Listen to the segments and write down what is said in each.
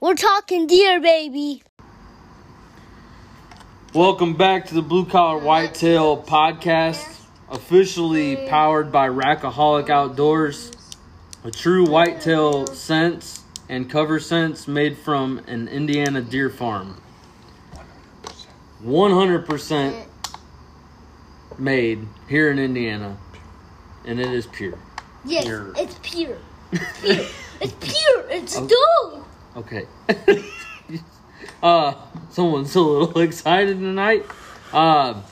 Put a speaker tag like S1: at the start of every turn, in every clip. S1: We're talking deer, baby.
S2: Welcome back to the Blue Collar Whitetail Podcast, officially powered by Rackaholic Outdoors, a true whitetail sense and cover sense made from an Indiana deer farm. 100% made here in Indiana, and it is pure.
S1: Yes,
S2: Pure.
S1: it's pure. It's pure. It's dope.
S2: Okay. uh, someone's a little excited tonight. Uh,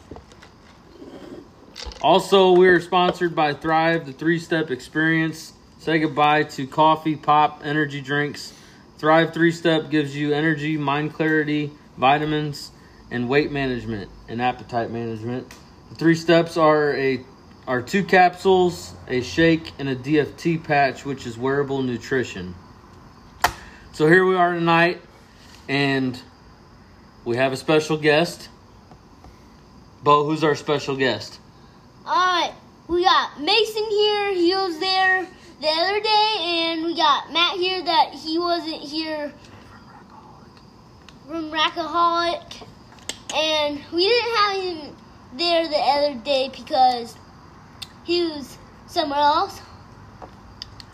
S2: also, we're sponsored by Thrive, the three step experience. Say goodbye to coffee, pop, energy drinks. Thrive Three Step gives you energy, mind clarity, vitamins, and weight management and appetite management. The three steps are a are two capsules, a shake, and a DFT patch, which is wearable nutrition. So here we are tonight, and we have a special guest. Bo, who's our special guest?
S1: Alright, we got Mason here. He was there the other day, and we got Matt here that he wasn't here from Rackaholic. And we didn't have him there the other day because he was somewhere else.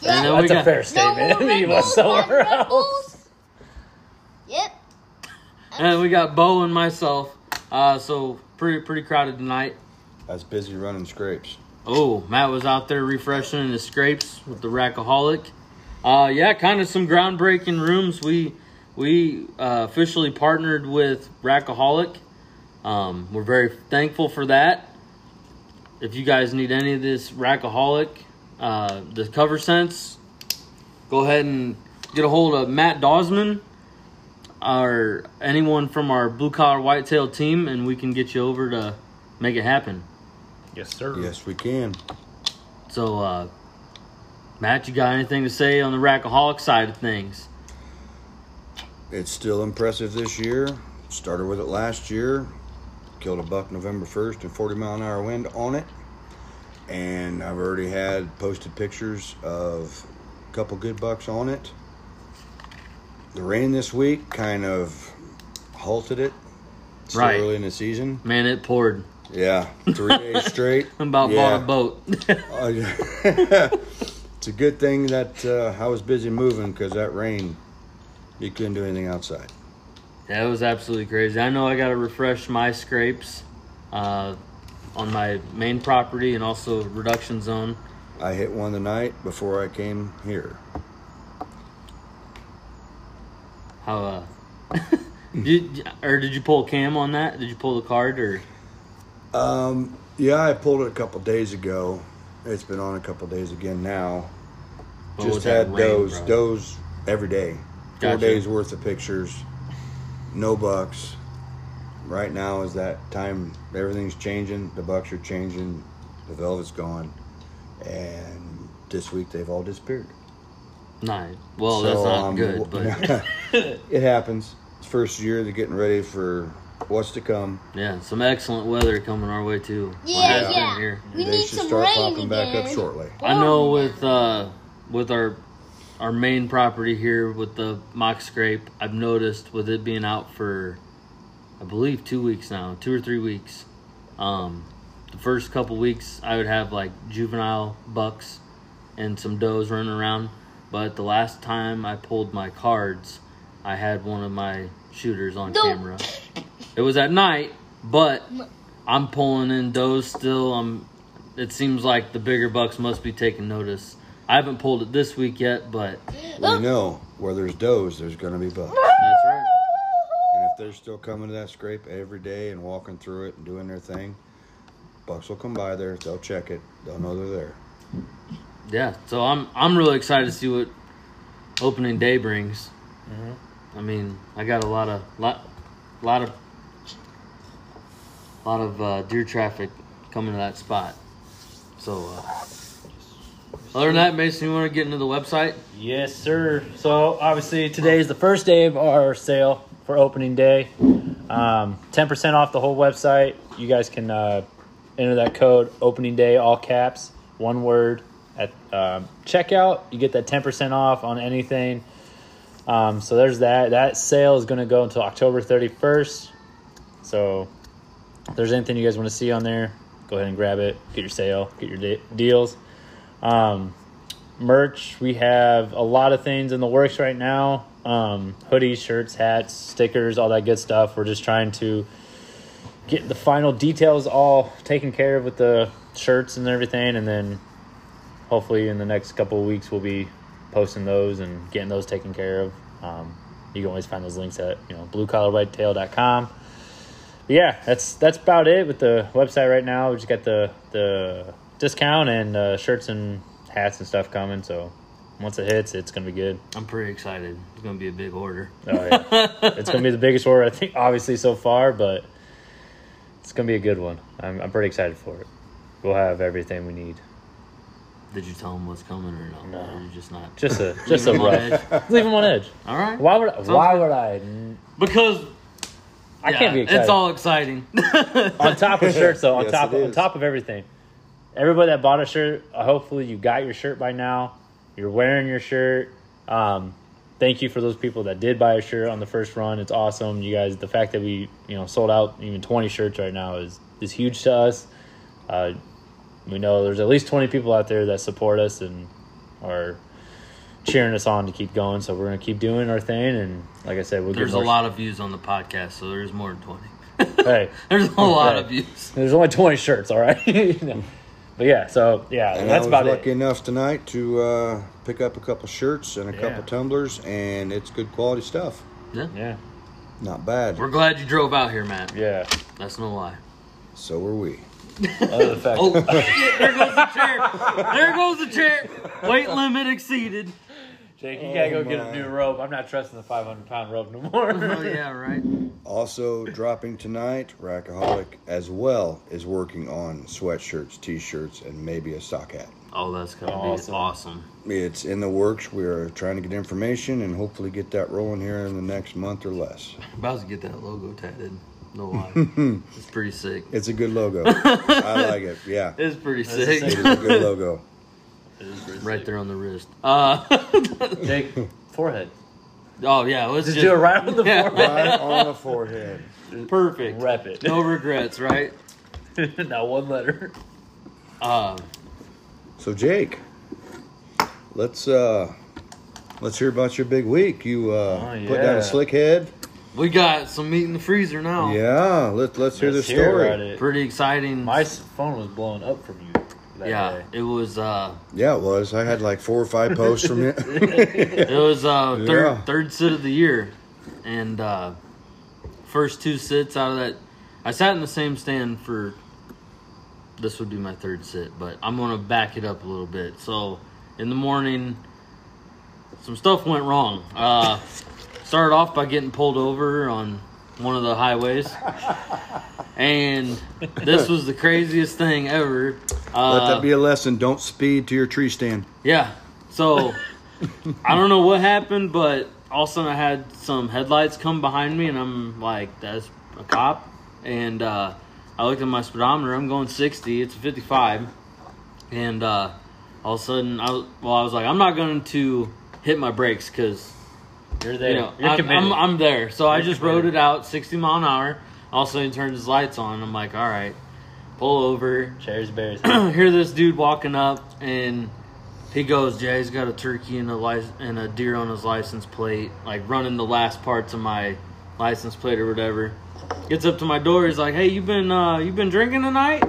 S2: I know.
S1: Yep.
S2: we
S3: That's a
S2: got-
S3: fair
S1: No
S3: statement.
S1: more
S3: he
S1: Red
S3: was
S1: Bulls, one
S3: somewhere
S1: Red
S3: else.
S1: Bulls. Yep.
S2: And we got Bo and myself. Uh, so pretty pretty crowded tonight.
S4: I was busy running scrapes.
S2: Oh, Matt was out there refreshing his scrapes with the Rackaholic. Uh, yeah, kind of some groundbreaking rooms. We we uh, officially partnered with Rackaholic. Um, we're very thankful for that. If you guys need any of this Rackaholic, uh, the cover sense, go ahead and get a hold of Matt Dawsman or anyone from our blue collar whitetail team, and we can get you over to make it happen.
S3: Yes, sir.
S4: Yes, we can.
S2: So, uh, Matt, you got anything to say on the Rackaholic side of things?
S4: It's still impressive this year. Started with it last year. Killed a buck November 1st and 40 mile an hour wind on it. And I've already had posted pictures of a couple good bucks on it. The rain this week kind of halted it. Still
S2: Right.
S4: early in the season.
S2: Man, it poured.
S4: Yeah, three days straight.
S2: I about
S4: yeah.
S2: bought a boat.
S4: Oh, yeah. it's a good thing that uh, I was busy moving because that rain, you couldn't do anything outside.
S2: that was absolutely crazy. I know I got to refresh my scrapes uh, on my main property and also reduction zone.
S4: I hit one the night before I came here.
S2: How, uh, did, or did you pull a cam on that? Did you pull the card or?
S4: Um, yeah, I pulled it a couple days ago. It's been on a couple days again now.
S2: what was
S4: Just
S2: that
S4: had
S2: rain,
S4: does
S2: bro?
S4: does every day. Four
S2: Gotcha.
S4: days worth of pictures. No bucks. Right now is that time. Everything's changing. The bucks are changing. The velvet's gone, and this week they've all disappeared.
S2: Nah, well, that's
S4: So,
S2: not
S4: um,
S2: good, but
S4: it happens. It's first year. They're getting ready for what's to come.
S2: yeah, some excellent weather coming our way too. What
S1: Yeah,
S2: has been
S1: yeah.
S2: here.
S1: We
S4: they
S1: need
S4: should
S1: some
S4: start
S1: rain
S4: popping back up
S1: again.
S4: shortly.
S2: I know with uh, with our our main property here with the mock scrape, I've noticed with it being out for I believe two weeks now, two or three weeks. Um, the first couple weeks I would have like juvenile bucks and some does running around, but the last time I pulled my cards, I had one of my shooters on
S1: Don't-
S2: camera. It was at night, but I'm pulling in does still. I'm. It seems like the bigger bucks must be taking notice. I haven't pulled it this week yet, but
S1: Oh.
S4: We know where there's does, there's going to be bucks.
S2: that's right.
S4: And if they're still coming to that scrape every day and walking through it and doing their thing, bucks will come by there. They'll check it. They'll know they're there.
S2: Yeah. So I'm. I'm really excited to see what opening day brings.
S3: Mm-hmm.
S2: I mean, I got a lot of lot, lot of, lot of uh, deer traffic coming to that spot. So. Uh, other than that, Mason, you want to get into the website?
S3: Yes, sir. So obviously today is the first day of our sale for opening day. Um, 10% off the whole website. You guys can uh, enter that code opening day, all caps, one word at um, checkout. You get that 10% off on anything. Um, so there's that. That sale is going to go until October 31st. So if there's anything you guys want to see on there, go ahead and grab it. Get your sale, get your de- deals. Um, merch, we have a lot of things in the works right now um, hoodies, shirts, hats, stickers, all that good stuff. We're just trying to get the final details all taken care of with the shirts and everything. And then hopefully in the next couple of weeks, we'll be posting those and getting those taken care of. Um, you can always find those links at you know bluecollarwhitetail.com yeah, that's that's about it with the website right now. We just got the the discount and uh, shirts and hats and stuff coming. So once it hits, it's gonna be good.
S2: I'm pretty excited. It's gonna be a big order.
S3: Oh, yeah. it's gonna be the biggest order I think, obviously so far, but it's gonna be a good one. I'm I'm pretty excited for it. We'll have everything we need.
S2: Did you tell him what's coming or no?
S3: No.
S2: Or you just not.
S3: Just a just a
S2: Leave 'em on
S3: rough. Leave them on edge.
S2: All right.
S3: Why would I,
S2: Sounds
S3: why
S2: good.
S3: would I? n-
S2: Because
S3: I
S2: yeah,
S3: can't be excited.
S2: It's all exciting.
S3: on top of shirts though on
S4: Yes,
S3: top
S4: it
S3: on
S4: is.
S3: top of everything everybody that bought a shirt uh, hopefully you got your shirt by now you're wearing your shirt um, thank you for those people that did buy a shirt on the first run it's awesome you guys the fact that we you know sold out even 20 shirts right now is is huge to us uh, we know there's at least 20 people out there that support us and are cheering us on to keep going so we're gonna keep doing our thing and like i said we'll get
S2: There's a
S3: more-
S2: lot of views on the podcast, so there's more than 20.
S3: hey
S2: There's a lot
S3: Right.
S2: of views.
S3: There's only 20 shirts, all right? You know. But yeah, so yeah,
S4: And
S3: that's
S4: I was
S3: about
S4: lucky
S3: it.
S4: enough tonight to uh, pick up a couple shirts and a
S3: Yeah.
S4: couple tumblers, and it's good quality stuff.
S2: Yeah.
S3: Yeah,
S4: Not bad.
S2: We're glad you drove out here, Matt.
S3: yeah.
S2: That's no lie.
S4: so are we.
S3: Other than the fact,
S2: Oh, shit, there goes the chair. There goes the chair. Weight limit exceeded.
S3: Jake, you gotta go
S4: Oh,
S3: get a
S4: my.
S3: new rope. I'm not trusting the 500 pound rope no more.
S2: Oh, yeah, right.
S4: Also dropping tonight, Rackaholic as well is working on sweatshirts, t-shirts, and maybe a sock hat.
S2: Oh, that's going to
S3: Awesome.
S2: be awesome.
S4: It's in the works. We are trying to get information and hopefully get that rolling here in the next month or less.
S2: About to get that logo tatted. No lie. it's pretty sick.
S4: It's a good logo. I like it. Yeah,
S2: It's pretty
S3: the
S2: sick.
S4: it's a good logo.
S2: Right there on the wrist. Uh,
S3: Jake, forehead.
S2: oh, yeah. Let's
S3: Just
S2: just,
S3: do it right on the
S2: Yeah.
S3: forehead.
S4: Right on the forehead.
S2: Perfect.
S3: Rep it.
S2: No regrets, right?
S3: not one letter.
S2: Uh,
S4: So Jake, let's uh, let's hear about your big week. You uh,
S3: Oh,
S4: put down
S3: yeah.
S4: a slick head.
S2: we got some meat in the freezer now.
S4: Yeah, let Oh. let's hear the
S3: Let's hear
S4: story.
S3: about it.
S2: Pretty exciting.
S3: My s- phone was blowing up from you. That
S2: yeah,
S3: Day.
S2: it was uh,
S4: Yeah, it was. I had like four or five posts from it.
S2: it was uh,
S4: Yeah.
S2: third third sit of the year, and uh, first two sits out of that, I sat in the same stand for. This would be my third sit, but I'm gonna back it up a little bit. So, in the morning, some stuff went wrong. Uh, started off by getting pulled over on one of the highways, and this was the craziest thing ever. Uh,
S4: Let that be a lesson. Don't speed to your tree stand.
S2: Yeah. So I don't know what happened, but all of a sudden I had some headlights come behind me, and I'm like, "That's a cop." And uh, I looked at my speedometer. I'm going 60. It's 55. And uh, all of a sudden, I was- well, I was like, "I'm not going to hit my brakes because
S3: You're there.
S2: you know,
S3: You're
S2: I'm,
S3: committed.
S2: I'm, I'm there. So I
S3: You're
S2: just
S3: committed.
S2: rode it out 60 mile an hour. All of a sudden, he turns his lights on. I'm like, all right, pull over.
S3: Cherries, berries.
S2: Hear this dude walking up, and he goes, Jay's got a turkey and a, lic- and a deer on his license plate, like running the last parts of my license plate or whatever. Gets up to my door. He's like, hey, you been, uh, you been drinking tonight?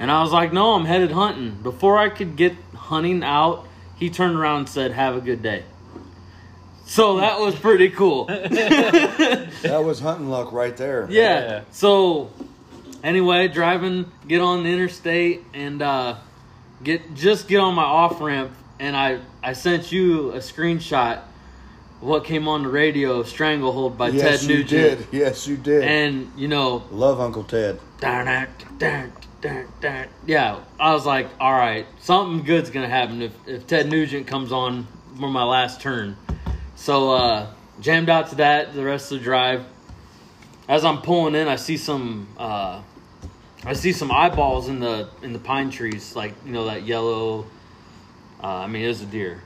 S2: And I was like, no, I'm headed hunting. Before I could get hunting out, he turned around and said, have a good day. So that was pretty cool.
S4: That was hunting luck right there.
S2: Yeah.
S3: Yeah.
S2: So, anyway, driving, get on the interstate, and uh, get just get on my off ramp, and I I sent you a screenshot of what came on the radio, "Stranglehold" by
S4: Yes,
S2: Ted
S4: you
S2: Nugent,
S4: did. Yes, you did.
S2: and you know,
S4: Love Uncle Ted.
S2: darn it, darn it, darn it, darn it. yeah, I was like, all right, something good's gonna happen if if Ted Nugent comes on for my last turn. So uh, jammed out to that the rest of the drive. As I'm pulling in, I see some uh, I see some eyeballs in the in the pine trees, like you know that yellow. Uh, I mean, it was a deer,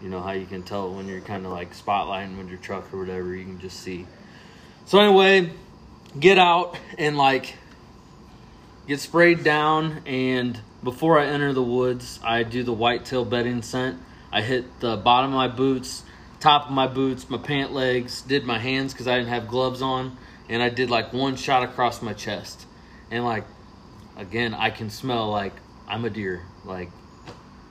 S2: You know how you can tell when you're kind of like spotlighting with your truck or whatever. You can just see. So anyway, get out and like get sprayed down and before i enter the woods i do the whitetail bedding scent i hit the bottom of my boots top of my boots my pant legs did my hands because i didn't have gloves on and i did like one shot across my chest and like again i can smell like i'm a deer like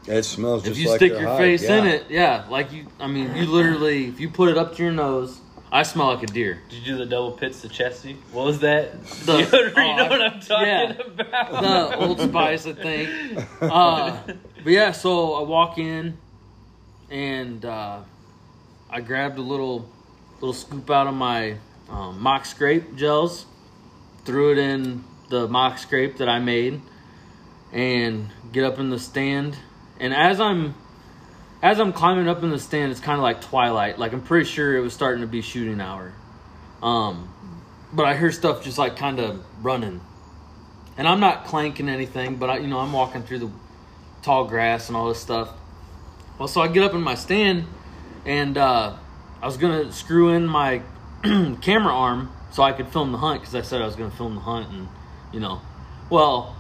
S5: It smells just
S2: if you
S5: like
S2: stick
S5: their
S2: your
S5: hide,
S2: face in
S5: yeah.
S2: it yeah like you i mean you literally if you put it up to your nose i smell like a deer
S3: Did you do the double pits to chesty? What was that?
S2: The-
S3: you know
S2: oh,
S3: what I'm talking
S2: yeah.
S3: about?
S2: the Old Spice, I think. Uh, but yeah, so I walk in, and uh, I grabbed a little little scoop out of my um, mock scrape gels, threw it in the mock scrape that I made, and get up in the stand. And as I'm as I'm climbing up in the stand, it's kind of like twilight. Like I'm pretty sure it was starting to be shooting hour. Um, but I hear stuff just like kind of running, and I'm not clanking anything, but I, you know, I'm walking through the tall grass and all this stuff. Well, so I get up in my stand, and uh, I was gonna screw in my camera arm so I could film the hunt because I said I was gonna film the hunt, and you know, well,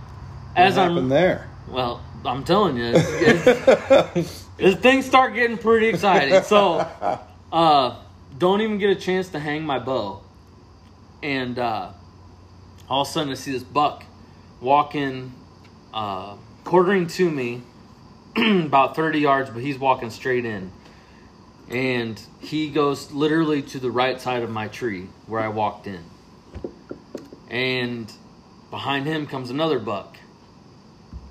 S2: as
S5: what
S2: I'm
S5: happened there.
S2: well, I'm telling you, it's, it's- it's- things start getting pretty exciting. So, uh, don't even get a chance to hang my bow, and uh, all of a sudden I see this buck walking, uh, quartering to me, about 30 yards, but he's walking straight in, and he goes literally to the right side of my tree where I walked in, and behind him comes another buck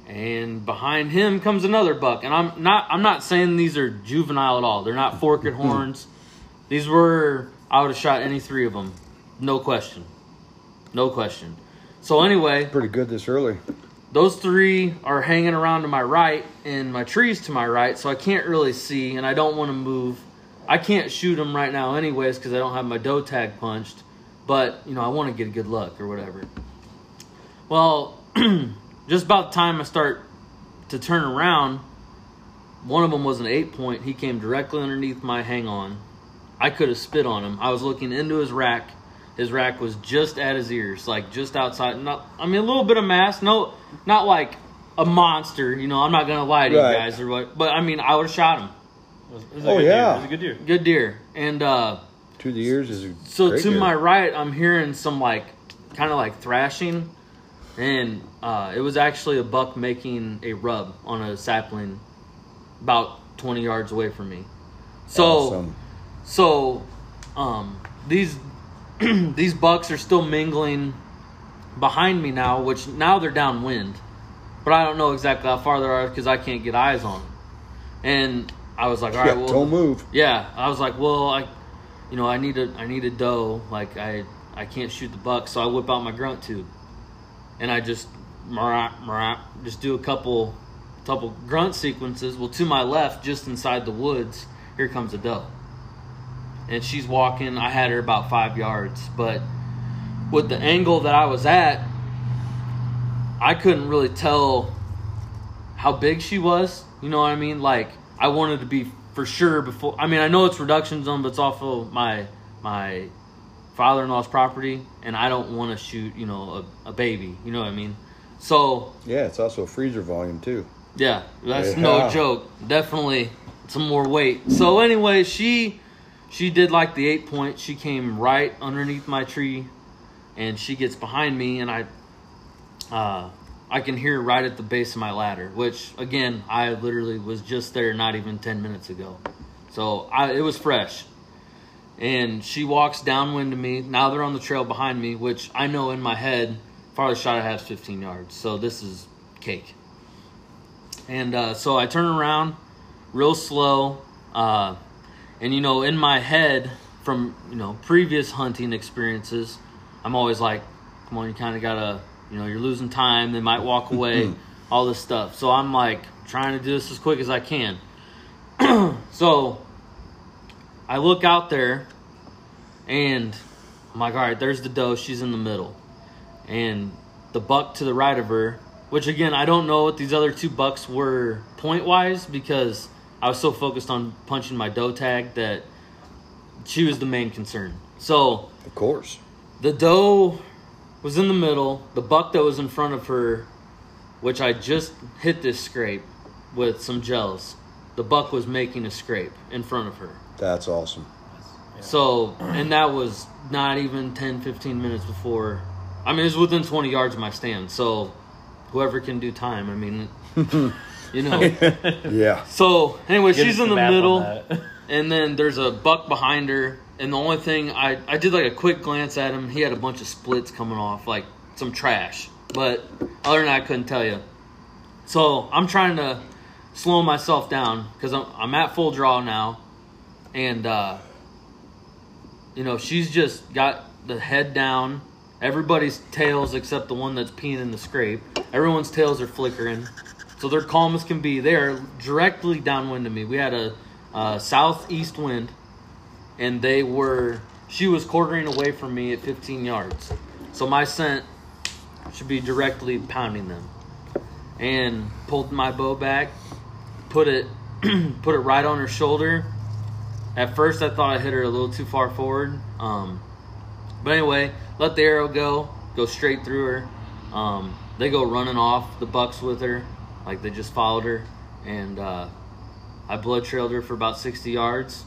S2: and behind him comes another buck and i'm not i'm not saying these are juvenile at all they're not forked horns these were i would have shot any three of them no question no question so anyway
S5: Pretty good this early.
S2: those three are hanging around to my right and my trees to my right so i can't really see and i don't want to move i can't shoot them right now anyways because i don't have my doe tag punched but you know i want to get a good look or whatever well just about the time i start to turn around one of them was an eight point he came directly underneath my hang on i could have spit on him i was looking into his rack his rack was just at his ears like just outside not i mean a little bit of mass no not like a monster you know i'm not gonna lie to
S5: Right.
S2: you guys or what but i mean i would have shot him
S3: It was- it was a
S5: Oh,
S3: good
S5: yeah.
S3: Deer. It was a good deer.
S2: good deer and uh
S5: Two of the years is a
S2: so
S5: great
S2: to
S5: year.
S2: my right, I'm hearing some like kind of like thrashing, and uh, it was actually a buck making a rub on a sapling about 20 yards away from me. So
S5: Awesome.
S2: so um, these these bucks are still mingling behind me now, which now they're downwind, but I don't know exactly how far they are because I can't get eyes on them. And I was like, all right,
S5: yeah,
S2: well,
S5: don't move.
S2: yeah, I was like, well, I, you know, I need a, I need a doe. Like I, I can't shoot the buck, so I whip out my grunt tube, and I just, marap, marap, just do a couple, couple grunt sequences. Well, to my left, just inside the woods, here comes a doe, and she's walking. I had her about five yards, but with the angle that I was at, I couldn't really tell how big she was. You know what I mean? Like I wanted to be for sure before. I mean, I know it's reduction zone, but it's also my my father-in-law's property, and I don't want to shoot you know a, a baby. You know what I mean? So
S5: Yeah, it's also a freezer volume too.
S2: yeah, that's
S5: Yeah.
S2: no joke. Definitely some more weight. So anyway, she she did like the eight point. She came right underneath my tree, and she gets behind me, and I uh, I can hear right at the base of my ladder. Which again, I literally was just there not even ten minutes ago, so I, it was fresh. And she walks downwind to me. Now they're on the trail behind me, which I know in my head, farthest shot I have is 15 yards. So this is cake. And uh, so I turn around real slow. Uh, and, you know, in my head from, you know, previous hunting experiences, I'm always like, come on, you kind of got to, you know, you're losing time. They might walk away, all this stuff. So I'm like trying to do this as quick as I can. so I look out there and I'm like, all right, there's the doe. She's in the middle. And the buck to the right of her, which again, I don't know what these other two bucks were point wise because I was so focused on punching my doe tag that she was the main concern. So
S5: Of course.
S2: the doe was in the middle. The buck that was in front of her, which I just hit this scrape with some gels. The buck was making a scrape in front of her.
S5: That's awesome.
S2: So, and that was not even 10, 15 minutes before. I mean, it was within 20 yards of my stand. So, whoever can do time, I mean, you know.
S5: Yeah.
S2: So, anyway, she's
S6: us
S2: in the
S6: map on
S2: middle,
S6: that.
S2: and then there's a buck behind her. And the only thing I, I did like a quick glance at him, he had a bunch of splits coming off, like some trash. But other than that, I couldn't tell you. So, I'm trying to slow myself down because I'm, I'm at full draw now. And, uh, you know, she's just got the head down. Everybody's tails, except the one that's peeing in the scrape, everyone's tails are flickering. So they're calm as can be. They are directly downwind to me. We had a uh, southeast wind, and they were, she was quartering away from me at 15 yards. So my scent should be directly pounding them. And pulled my bow back, put it, put it right on her shoulder, at first, I thought I hit her a little too far forward. Um, but anyway, let the arrow go, go straight through her. Um, they go running off the bucks with her, like they just followed her, and uh, I blood trailed her for about 60 yards,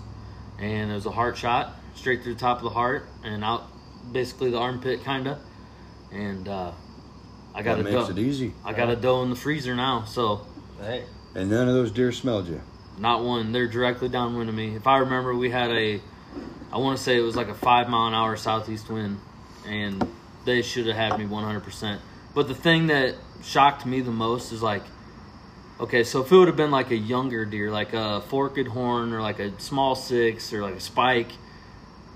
S2: and it was a heart shot straight through the top of the heart and out, basically the armpit kinda, and uh, I got
S5: That
S2: a
S5: makes it
S2: doe.
S5: easy.
S2: I got a doe in the freezer now, so
S3: Hey.
S5: And none of those deer smelled you.
S2: not one. They're directly downwind of me. If I remember, we had a, I want to say it was like a five mile an hour southeast wind, and they should have had me 100%. But the thing that shocked me the most is like, okay, so if it would have been like a younger deer, like a forked horn or like a small six or like a spike,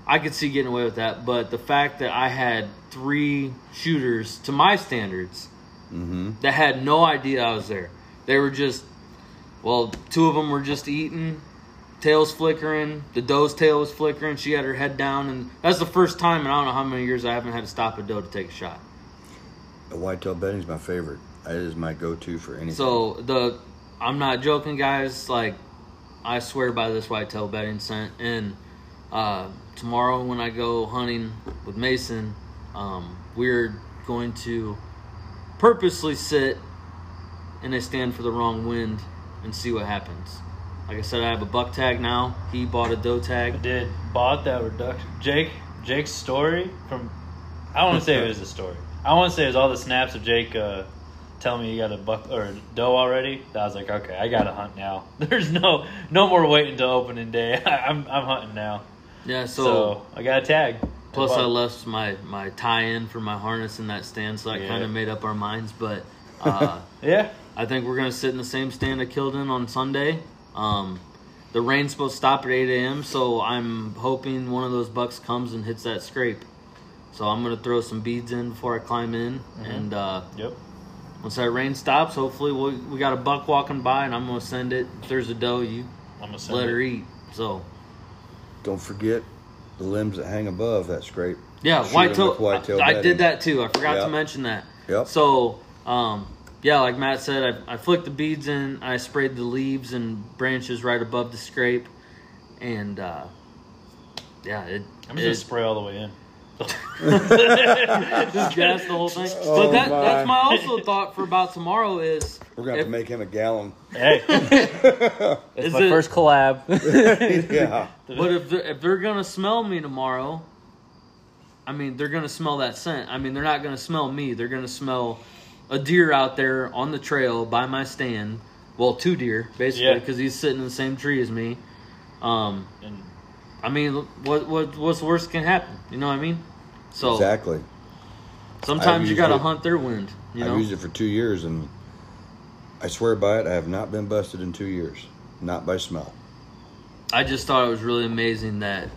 S2: I could see getting away with that. But the fact that I had three shooters to my standards
S5: Mm-hmm.
S2: that had no idea I was there. They were just, well, two of them were just eating, tails flickering. The doe's tail was flickering. She had her head down, and that's the first time in I don't know how many years I haven't had to stop a doe to take a shot.
S5: The whitetail bedding's my favorite. That is my go-to for anything.
S2: So the, I'm not joking, guys. Like, I swear by this whitetail bedding scent. And uh, tomorrow when I go hunting with Mason, um, we're going to purposely sit and I stand for the wrong wind and see what happens. Like I said, I have a buck tag now. He bought a doe
S3: I
S2: tag.
S3: did bought that reduction. Jake Jake's story from I want to say it was a story. I want to say it was all the snaps of Jake uh, telling me you got a buck or a doe already. I was like, okay, I gotta hunt now. There's no no more waiting till opening day. I, am I'm hunting now.
S2: Yeah,
S3: So,
S2: so
S3: I got a tag.
S2: Plus,
S3: Buck.
S2: I left my my tie in for my harness in that stand, so that
S3: Yeah.
S2: kind of made up our minds. But uh,
S3: yeah.
S2: I think we're gonna sit in the same stand I killed in on Sunday. Um, the rain's supposed to stop at 8 a.m., so I'm hoping one of those bucks comes and hits that scrape. So I'm gonna throw some beads in before I climb in,
S3: Mm-hmm.
S2: and uh,
S3: Yep.
S2: once that rain stops, hopefully we we got a buck walking by, and I'm gonna send it. If there's a doe, you
S3: I'm gonna send
S2: let her
S3: it.
S2: eat. So
S5: Don't forget the limbs that hang above that scrape.
S2: Yeah,
S5: Shoot 'em
S2: white tail.
S5: with whitetail
S2: I, I
S5: bedding.
S2: did that too. I forgot
S5: Yeah.
S2: to mention that.
S5: Yep.
S2: So, um, yeah, like Matt said, I, I flicked the beads in. I sprayed the leaves and branches right above the scrape, and uh, yeah, it.
S3: I'm just gonna
S2: it
S3: spray all the way in.
S2: just gas the whole thing.
S5: Oh,
S2: but that,
S5: my.
S2: that's my also thought for about tomorrow is
S5: We're gonna have
S2: If-
S5: to make him a gallon.
S3: Hey,
S6: It's
S2: Is
S6: my
S2: it-
S6: first collab.
S5: yeah.
S2: But if they're, if they're gonna smell me tomorrow, I mean they're gonna smell that scent. I mean they're not gonna smell me. They're gonna smell a deer out there on the trail by my stand. Well, two deer basically
S3: Yeah.
S2: because he's sitting in the same tree as me. Um,
S3: and
S2: I mean what what what's the worst that can happen? You know what I mean? So
S5: Exactly.
S2: sometimes
S5: I've
S2: you gotta
S5: used it.
S2: hunt their wind. You know.
S5: I've used it for two years, and I swear by it, I have not been busted in two years. Not by smell.
S2: I just thought it was really amazing that,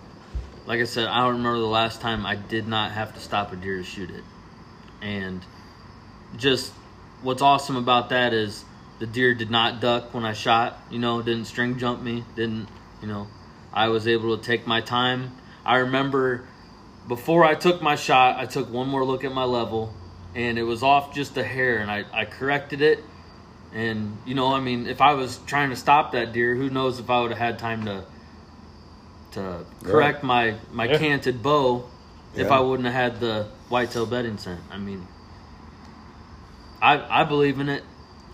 S2: like I said, I don't remember the last time I did not have to stop a deer to shoot it. And just what's awesome about that is the deer did not duck when I shot, you know, didn't string jump me, didn't, you know, I was able to take my time. I remember before I took my shot, I took one more look at my level and it was off just a hair and I, I corrected it And you know, I mean, if I was trying to stop that deer, who knows if I would have had time to to correct my my
S3: Yeah.
S2: canted bow if
S4: Yeah.
S2: I wouldn't have had the whitetail bedding scent. I mean, I I believe in it.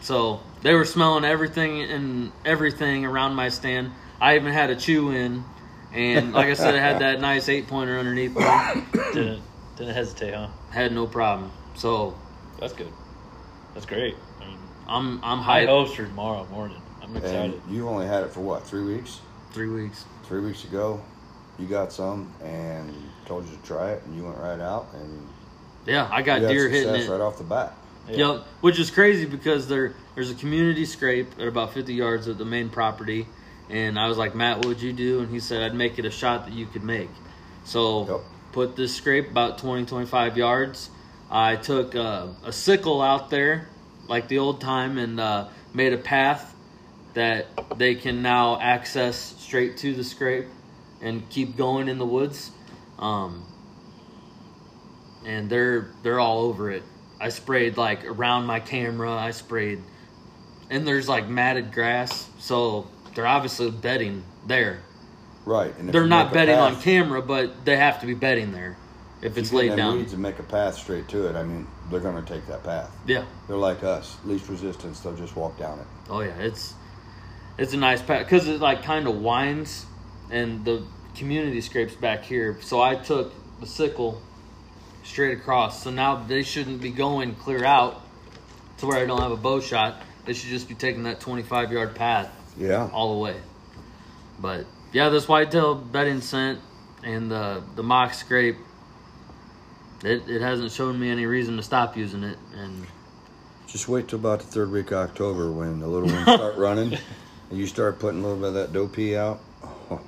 S2: So they were smelling everything and everything around my stand. I even had a chew in, and like I said, I had that nice eight pointer underneath me.
S3: Didn't didn't hesitate, huh?
S2: Had no problem. So
S3: That's good. That's great. I mean,
S2: I'm I'm
S3: high
S2: high
S3: hopes for tomorrow morning. I'm excited.
S4: And you only had it for what, three weeks?
S2: three weeks.
S4: Three weeks ago, you got some and told you to try it, and you went right out and
S2: Yeah, I got
S4: you had
S2: deer
S4: success
S2: hitting it.
S4: right off the bat.
S2: Yeah. which is crazy because there there's a community scrape at about 50 yards of the main property, and I was like, Matt, what would you do? And he said, I'd make it a shot that you could make. So
S4: Yep.
S2: put this scrape about 20, 25 yards. I took uh, a sickle out there, like the old time, and uh, made a path that they can now access straight to the scrape and keep going in the woods. Um, and they're they're all over it. I sprayed like around my camera. I sprayed, and there's like matted grass, so they're obviously bedding there.
S4: Right. And if
S2: they're
S4: you
S2: not
S4: make a
S2: bedding on
S4: path-
S2: camera, but they have to be bedding there if
S4: you
S2: it's
S4: get
S2: laid
S4: them
S2: down.
S4: Weeds and make a path straight to it. I mean, they're going to take that path.
S2: Yeah.
S4: They're like us, least resistance. They'll just walk down it.
S2: Oh yeah, it's it's a nice path because it like kind of winds, and the community scrapes back here. So I took the sickle straight across. So now they shouldn't be going clear out to where I don't have a bow shot. They should just be taking that 25 yard path
S4: Yeah.
S2: all the way. But yeah, this whitetail bedding scent and the the mock scrape, it, it hasn't shown me any reason to stop using it. And
S4: Just wait till about the third week of October when the little ones start running and you start putting a little bit of that dope pee out.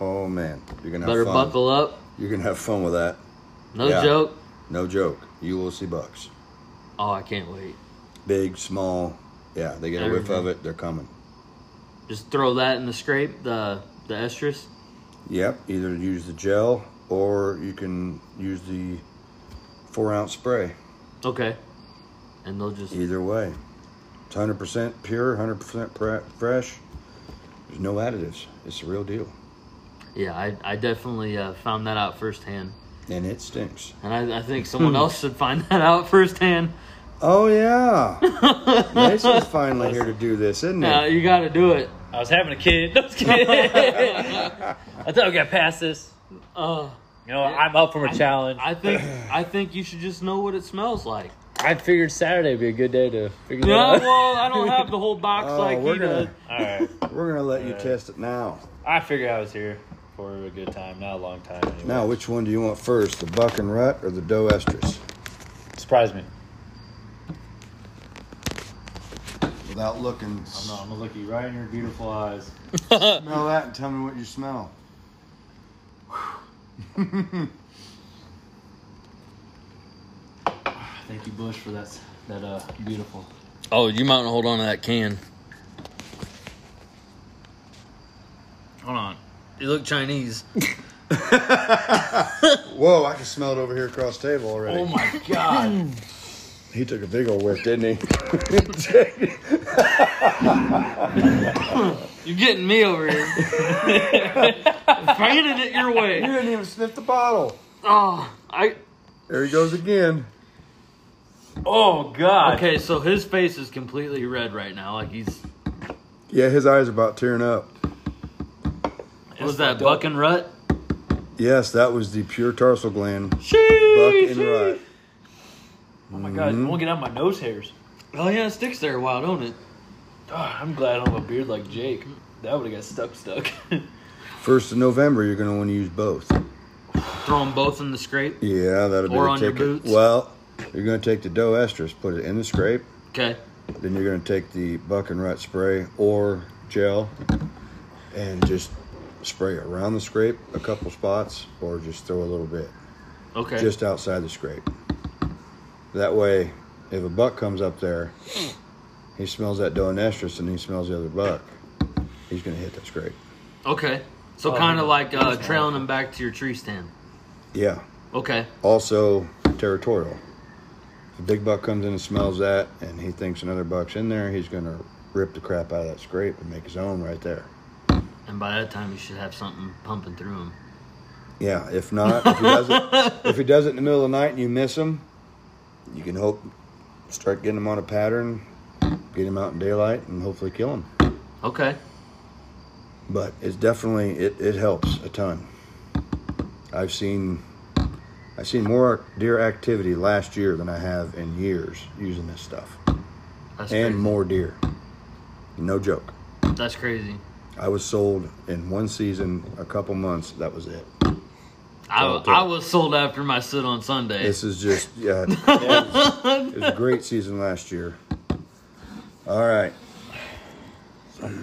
S4: Oh, man, you're gonna have
S2: better
S4: fun.
S2: buckle up.
S4: You're gonna have fun with that.
S2: No
S4: Yeah.
S2: joke.
S4: No joke. You will see bucks,
S2: Oh, I can't wait.
S4: big, small. Yeah, they get a whiff of
S2: Everything.
S4: it. They're coming.
S2: Just throw that in the scrape, the the estrus.
S4: Yep. Either use the gel or you can use the four ounce spray.
S2: Okay. And they'll just
S4: Either way, it's 100% pure, 100% pre- fresh. There's no additives. It's the real deal,
S2: yeah. I I definitely uh, found that out firsthand,
S4: and it stinks.
S2: and I, I think someone else should find that out firsthand.
S4: Oh yeah, Mason's finally here to do this, isn't he?
S2: Now Uh, you got to do it.
S3: I was having a kid. No, I was kidding. I thought we got past this.
S2: Uh,
S3: You know, I'm up from a
S7: challenge.
S2: I think I think you should just know what it smells like.
S7: I figured Saturday would be a good day to figure that
S2: Yeah,
S7: out.
S2: well, I don't have the whole box
S4: Oh,
S2: like
S4: we're
S2: he
S4: gonna-
S2: does.
S3: All right.
S4: We're gonna let you test it now.
S3: I figure I was here for a good time, not a long time. Anyway.
S4: Now, which one do you want first, the buck and rut or the doe estrus?
S3: Surprise me.
S4: Without looking,
S3: I'm, not, I'm gonna look you right in your beautiful eyes.
S4: smell that and tell me what you smell.
S3: Thank you, Bush, for that that uh beautiful.
S2: Oh, you might hold on to that can. Hold on. You look Chinese.
S4: Whoa, I can smell it over here across the table already.
S2: Oh my god.
S4: He took a big old whiff, didn't he?
S2: You're getting me over here. Fanning it your
S4: you
S2: way.
S4: didn't even sniff the bottle.
S2: Oh, I.
S4: There he goes again.
S3: Oh God.
S2: Okay, so his face is completely red right now. Like he's.
S4: Yeah, his eyes are about tearing up.
S2: What was that, buck and rut?
S4: Yes, that was the pure tarsal gland buck and
S2: Sheesh.
S4: rut.
S3: Oh my God. It won't get out my nose hairs.
S2: Mm-hmm. Oh, yeah, it sticks there a while, don't it?
S3: Ah, I'm glad I don't have a beard like Jake. That would have got stuck, stuck.
S4: First of November, you're gonna want to use both.
S2: Throw them both in the scrape.
S4: Yeah, that'll be
S2: Or
S4: the
S2: on your
S4: ticket.
S2: boots.
S4: Well, you're gonna take the doe estrus, put it in the scrape.
S2: Okay.
S4: Then you're gonna take the buck and rut spray or gel, and just spray around the scrape a couple spots, or just throw a little bit
S2: Okay.
S4: just outside the scrape. That way, if a buck comes up there, he smells that doe and estrus, and he smells the other buck. He's gonna hit that scrape.
S2: okay. So
S3: Oh,
S2: kind of like uh, trailing them back to your tree stand.
S4: Yeah.
S2: Okay.
S4: also territorial. If a big buck comes in and smells that, and he thinks another buck's in there, he's going to rip the crap out of that scrape and make his own right there.
S2: And by that time, you should have something pumping through him.
S4: Yeah, if not, if he does it, if he does it in the middle of the night and you miss him, you can hope start getting him on a pattern, get him out in daylight, and hopefully kill him.
S2: Okay.
S4: But it's definitely it, it helps a ton. I've seen I've seen more deer activity last year than I have in years using this stuff,
S2: That's
S4: and
S2: crazy.
S4: more deer. No joke.
S2: That's crazy.
S4: I was sold in one season, a couple months. That was it.
S2: I,
S4: Oh,
S2: I was sold after my sit on Sunday.
S4: This is just yeah.
S3: Oh,
S4: It was a great season last year. All right.
S3: Oh,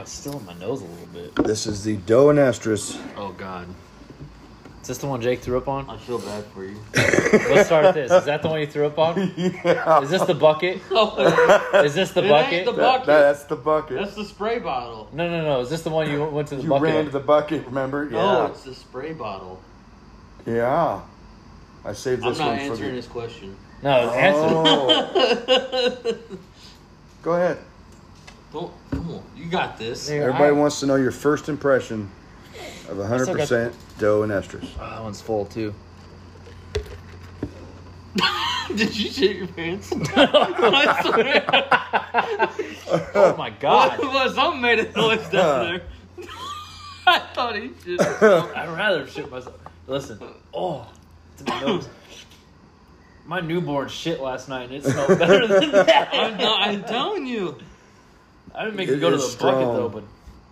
S3: it's still in my nose a little bit.
S4: This is the Doanestris.
S2: oh God,
S3: Is this the one Jake threw up on?
S2: I feel bad for you.
S3: Let's start with this. Is that the one you threw up on? Is this the bucket? Is this the
S2: Oh, It ain't
S3: bucket?
S2: the bu- Bucket.
S8: that's the bucket.
S2: That's the spray bottle.
S3: no, no, no. Is this the one you went to the
S8: you
S3: bucket?
S8: ran to the bucket, remember?
S2: No,
S8: Yeah.
S2: Oh, it's the spray bottle.
S8: Yeah. I saved
S2: I'm
S8: this
S2: not
S8: one for
S2: answering
S8: you.
S2: this question.
S3: No, answer.
S8: Oh, go ahead.
S2: Don't come on. You got this.
S3: Dude,
S4: Everybody
S3: I-
S4: wants to know your first impression of 100% Doanestris.
S3: Oh, that one's full too.
S2: Did you shit your pants? I swear.
S3: Oh my god.
S2: Well, something made a noise
S3: Uh.
S2: down there. I thought he shit.
S3: I'd rather shit myself. Listen. Oh, it's in my nose. My newborn shit last night and it smelled better than
S2: I'm,
S3: that.
S2: not, I'm telling you.
S3: I didn't make
S4: It
S3: you go to the
S4: is
S3: bucket
S4: strong.
S3: though, but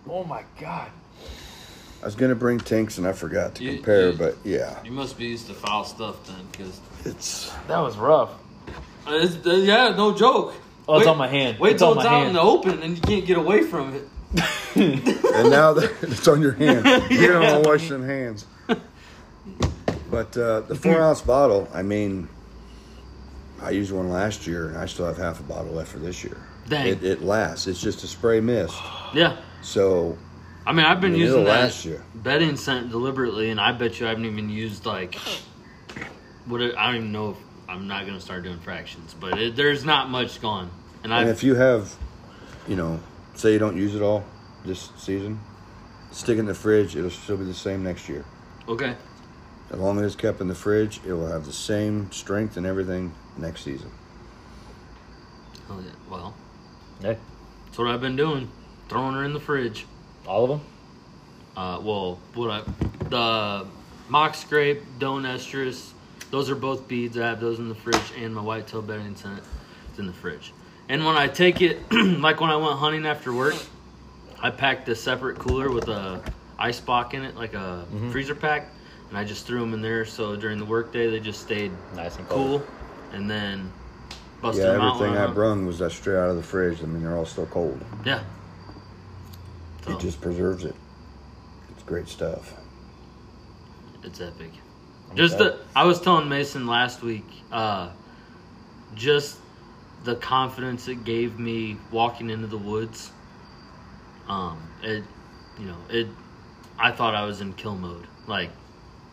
S3: oh my god.
S4: I was going to bring Tinks and I forgot to
S2: You-
S4: compare,
S2: you-
S4: but yeah.
S2: You must be used to foul stuff then, because
S4: It's
S3: That was rough.
S2: uh, yeah, no joke.
S3: Oh, it's on my hand.
S2: Wait
S3: it's
S2: till
S3: on
S2: it's
S3: my
S2: out in
S3: hand.
S2: the open and you can't get away from it.
S4: and now that it's on your hand. You don't want to wash them hands. But uh, the four ounce bottle, I mean, I used one last year and I still have half a bottle left for this year.
S2: Dang.
S4: It, it lasts. It's just a spray mist.
S2: Yeah.
S4: So
S2: I mean, I've been
S4: Middle
S2: using that
S4: last year.
S2: bedding scent deliberately, and I bet you I haven't even used like what it, I don't even know. if I'm not gonna start doing fractions, but it, there's not much gone. And
S4: And
S2: I,
S4: if you have, you know, say you don't use it all this season, stick it in the fridge. It'll still be the same next year.
S2: okay,
S4: As long as it's kept in the fridge, it will have the same strength and everything next season.
S2: Hell Oh, yeah. well,
S3: Hey,
S2: that's what I've been doing, throwing her in the fridge.
S3: all of them?
S2: Uh, well, what I, the mock scrape, don estrus, those are both beads. I have those in the fridge, and my whitetail bedding scent is in the fridge. And when I take it, like when I went hunting after work, I packed a separate cooler with a ice block in it, like a
S4: Mm-hmm.
S2: freezer pack, and I just threw them in there. So during the workday, they just stayed
S3: Nice and cold.
S2: cool, and then busted
S4: Oh. yeah,
S2: them out. when
S4: everything
S2: I
S4: I
S2: went-
S4: brung was that straight out of the fridge. I mean, they're all still cold.
S2: Yeah. So Oh.
S4: It just preserves it. It's great stuff.
S2: it's epic. Just the I was telling Mason last week, uh, just the confidence it gave me walking into the woods. Um, it, you know, it. I thought I was in kill mode. Like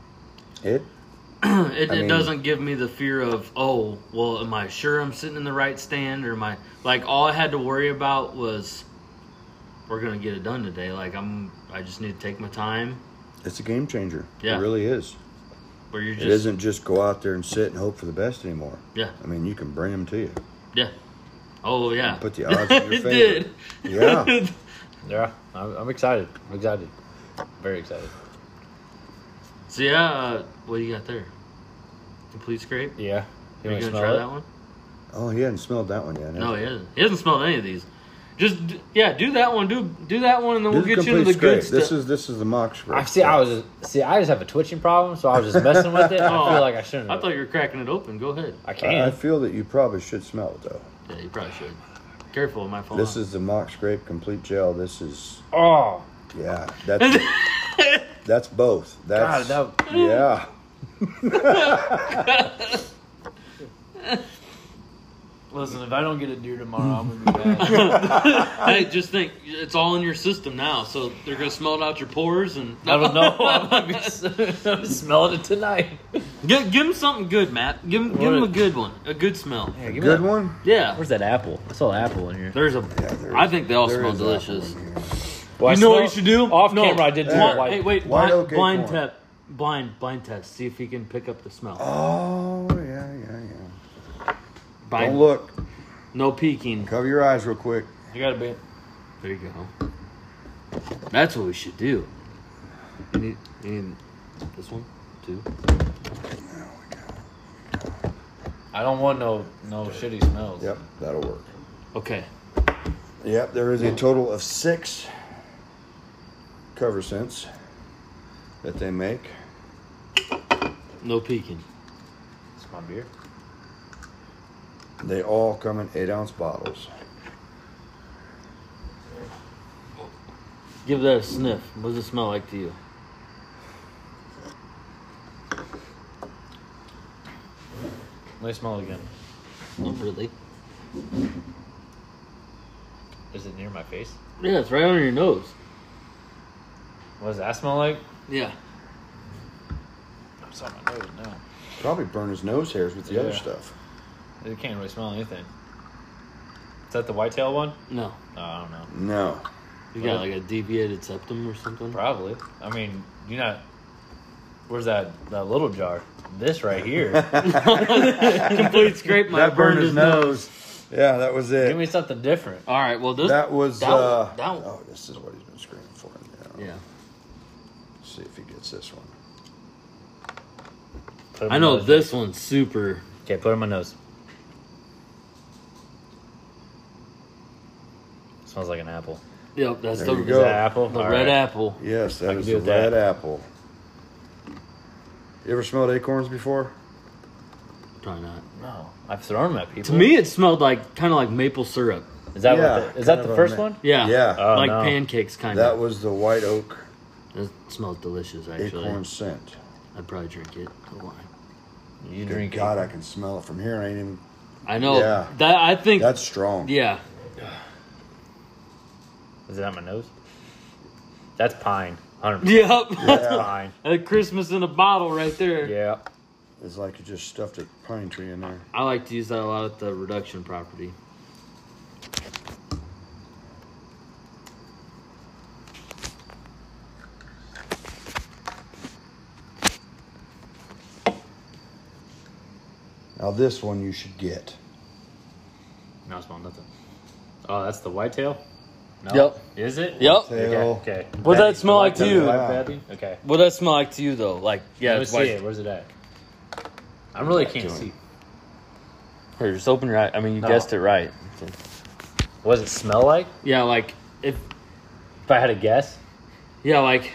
S2: it,
S4: It I
S2: it
S4: mean-
S2: doesn't give me the fear of oh well, am I sure I'm sitting in the right stand or am I like all I had to worry about was we're gonna get it done today. Like I'm, I just need to take my time.
S4: it's a game changer.
S2: Yeah.
S4: It really is.
S2: Where you're just
S4: it isn't just go out there and sit and hope for the best anymore.
S2: yeah
S4: I mean, you can bring them to you.
S2: yeah. Oh yeah.
S4: Put the odds in your
S2: it
S4: favor.
S2: did.
S4: Yeah.
S3: Yeah, I'm, I'm excited. I'm excited. Very excited.
S2: so yeah, uh, what do you got there? Complete scrape.
S3: Yeah.
S2: You,
S3: You want to
S2: gonna
S3: smell
S2: try
S3: it?
S2: that one?
S4: Oh, he hadn't smelled that one yet. had
S2: No,
S4: he?
S2: he hasn't. He hasn't smelled any of these. Just d- yeah, do that one. Do do that one, and then
S4: This
S2: we'll
S4: is
S2: get you into the
S4: complete
S2: good stuff.
S4: scrape. This is this is the mock scrape.
S3: I see. I was just, see. I just have a twitching problem, so I was just messing with it. and I
S2: Oh.
S3: feel like I shouldn't.
S2: I
S3: Have.
S2: thought you were cracking it open. Go ahead.
S3: I
S4: I, I
S3: can.
S4: feel that you probably should smell it though.
S2: Yeah, you probably should. Careful, my phone.
S4: This is the mock scrape complete gel. This is
S3: Oh
S4: yeah. That's that's both.
S3: God,
S4: That's
S3: that
S4: yeah.
S3: listen. If I don't get a deer tomorrow, I'm gonna be mad.
S2: hey, just think, it's all in your system now, so they're gonna smell it out your pores and.
S3: I don't know. I'm gonna be, I'm smelling it tonight.
S2: Give, give him something good, Matt. Give him, give him a
S9: What?
S2: good one. A good smell.
S9: Yeah, give me
S4: Good
S9: that-
S4: one?
S2: Yeah.
S9: Where's that apple? I saw apple in here.
S2: There's a.
S4: there's-
S2: I think they all
S4: there
S2: smell
S4: is apple
S2: delicious.
S4: in here.
S2: you know what you should do?
S9: Off
S2: No.
S9: camera, I did.
S2: Bli-
S9: too.
S2: hey, wait.
S4: White
S2: blind
S4: oak
S2: blind
S4: acorn.
S2: test. Blind blind test. See if he can pick up the smell.
S4: Oh, yeah, yeah, yeah.
S2: Blind-
S4: Don't look.
S2: No peeking.
S4: Cover your eyes real quick.
S3: You gotta be.
S2: There you go. That's what we should do. You need, you need this one, too.
S4: Oh,
S3: I don't want no no shitty smells.
S4: Yep, that'll work.
S2: Okay.
S4: Yep, there is a total of six cover scents that they make.
S2: No peeking.
S3: It's my beer.
S4: They all come in eight ounce bottles.
S2: Give that a sniff. What does it smell like to you?
S3: Let me smell again.
S2: Not really.
S3: Is it near my face?
S2: Yeah, it's right under your nose.
S3: What does that smell like?
S2: Yeah.
S3: It's on my nose now.
S4: Probably burn his nose hairs with the other
S3: Yeah.
S4: stuff.
S3: You can't really smell anything. Is that the whitetail one?
S2: No.
S3: No, I don't know.
S4: No.
S2: You got like a deviated septum or something?
S3: Probably. I mean, you're not. Where's that that little jar? This right here.
S2: Complete scrape. My burned his nose.
S4: Yeah, that was it.
S3: Give me something different.
S2: All right. Well, this.
S4: that was
S2: that
S4: uh
S2: one- that one.
S4: oh this is what he's been screaming for. Yeah.
S2: Yeah.
S4: Let's see if he gets this one.
S3: Put it in
S2: I
S3: my
S2: know
S3: nose.
S2: this one's super.
S3: Okay, put it in my nose. Smells like an apple.
S2: Yep. That's
S4: There
S2: the,
S4: you
S3: Is
S4: go.
S3: that apple?
S2: the
S3: All
S2: red
S3: right.
S2: apple.
S4: Yes,
S3: I
S4: that
S3: can
S4: is
S3: do
S4: the
S3: with that.
S4: red apple. You ever smelled acorns before?
S2: Probably not.
S3: No, I've thrown them at people.
S2: To me, it smelled like kind of like maple syrup.
S3: is that
S4: Yeah,
S3: what the, is that
S4: kind
S3: the
S4: of a
S3: first
S4: mi-
S3: one?
S2: Yeah.
S4: Yeah.
S3: Oh,
S2: like
S3: no.
S2: pancakes, kind
S4: That
S2: of.
S4: was the white oak
S2: That smells delicious, actually.
S4: acorn scent.
S2: I'd probably drink it. Go on.
S3: You drink
S4: God, I can smell it from here. I ain't even.
S2: I know.
S4: Yeah.
S2: That I think.
S4: That's strong.
S2: yeah.
S3: Is it on my nose? That's pine. 100%.
S2: Yep.
S3: That's
S4: Yeah.
S3: pine.
S2: A Christmas in a bottle, right there.
S3: Yeah.
S4: It's like you just stuffed a pine tree in there.
S2: I like to use that a lot at the reduction property.
S4: Now this one you should get.
S3: No, I smell nothing. Oh, that's the whitetail? No.
S2: Yep.
S3: Is it?
S2: Yep.
S3: Okay.
S4: Tail.
S3: okay.
S2: What does that smell like to
S3: Betty.
S2: you?
S3: Black Betty? Okay.
S2: What does that smell like to you, though? Like, yeah,
S3: Let me
S2: it's
S3: see
S2: white.
S3: it. Where's it at? I really can't see.
S2: Here, just open your eye. I mean, you
S3: No.
S2: guessed it right.
S3: What does it smell like?
S2: Yeah, like if
S3: If I had a guess,
S2: yeah, like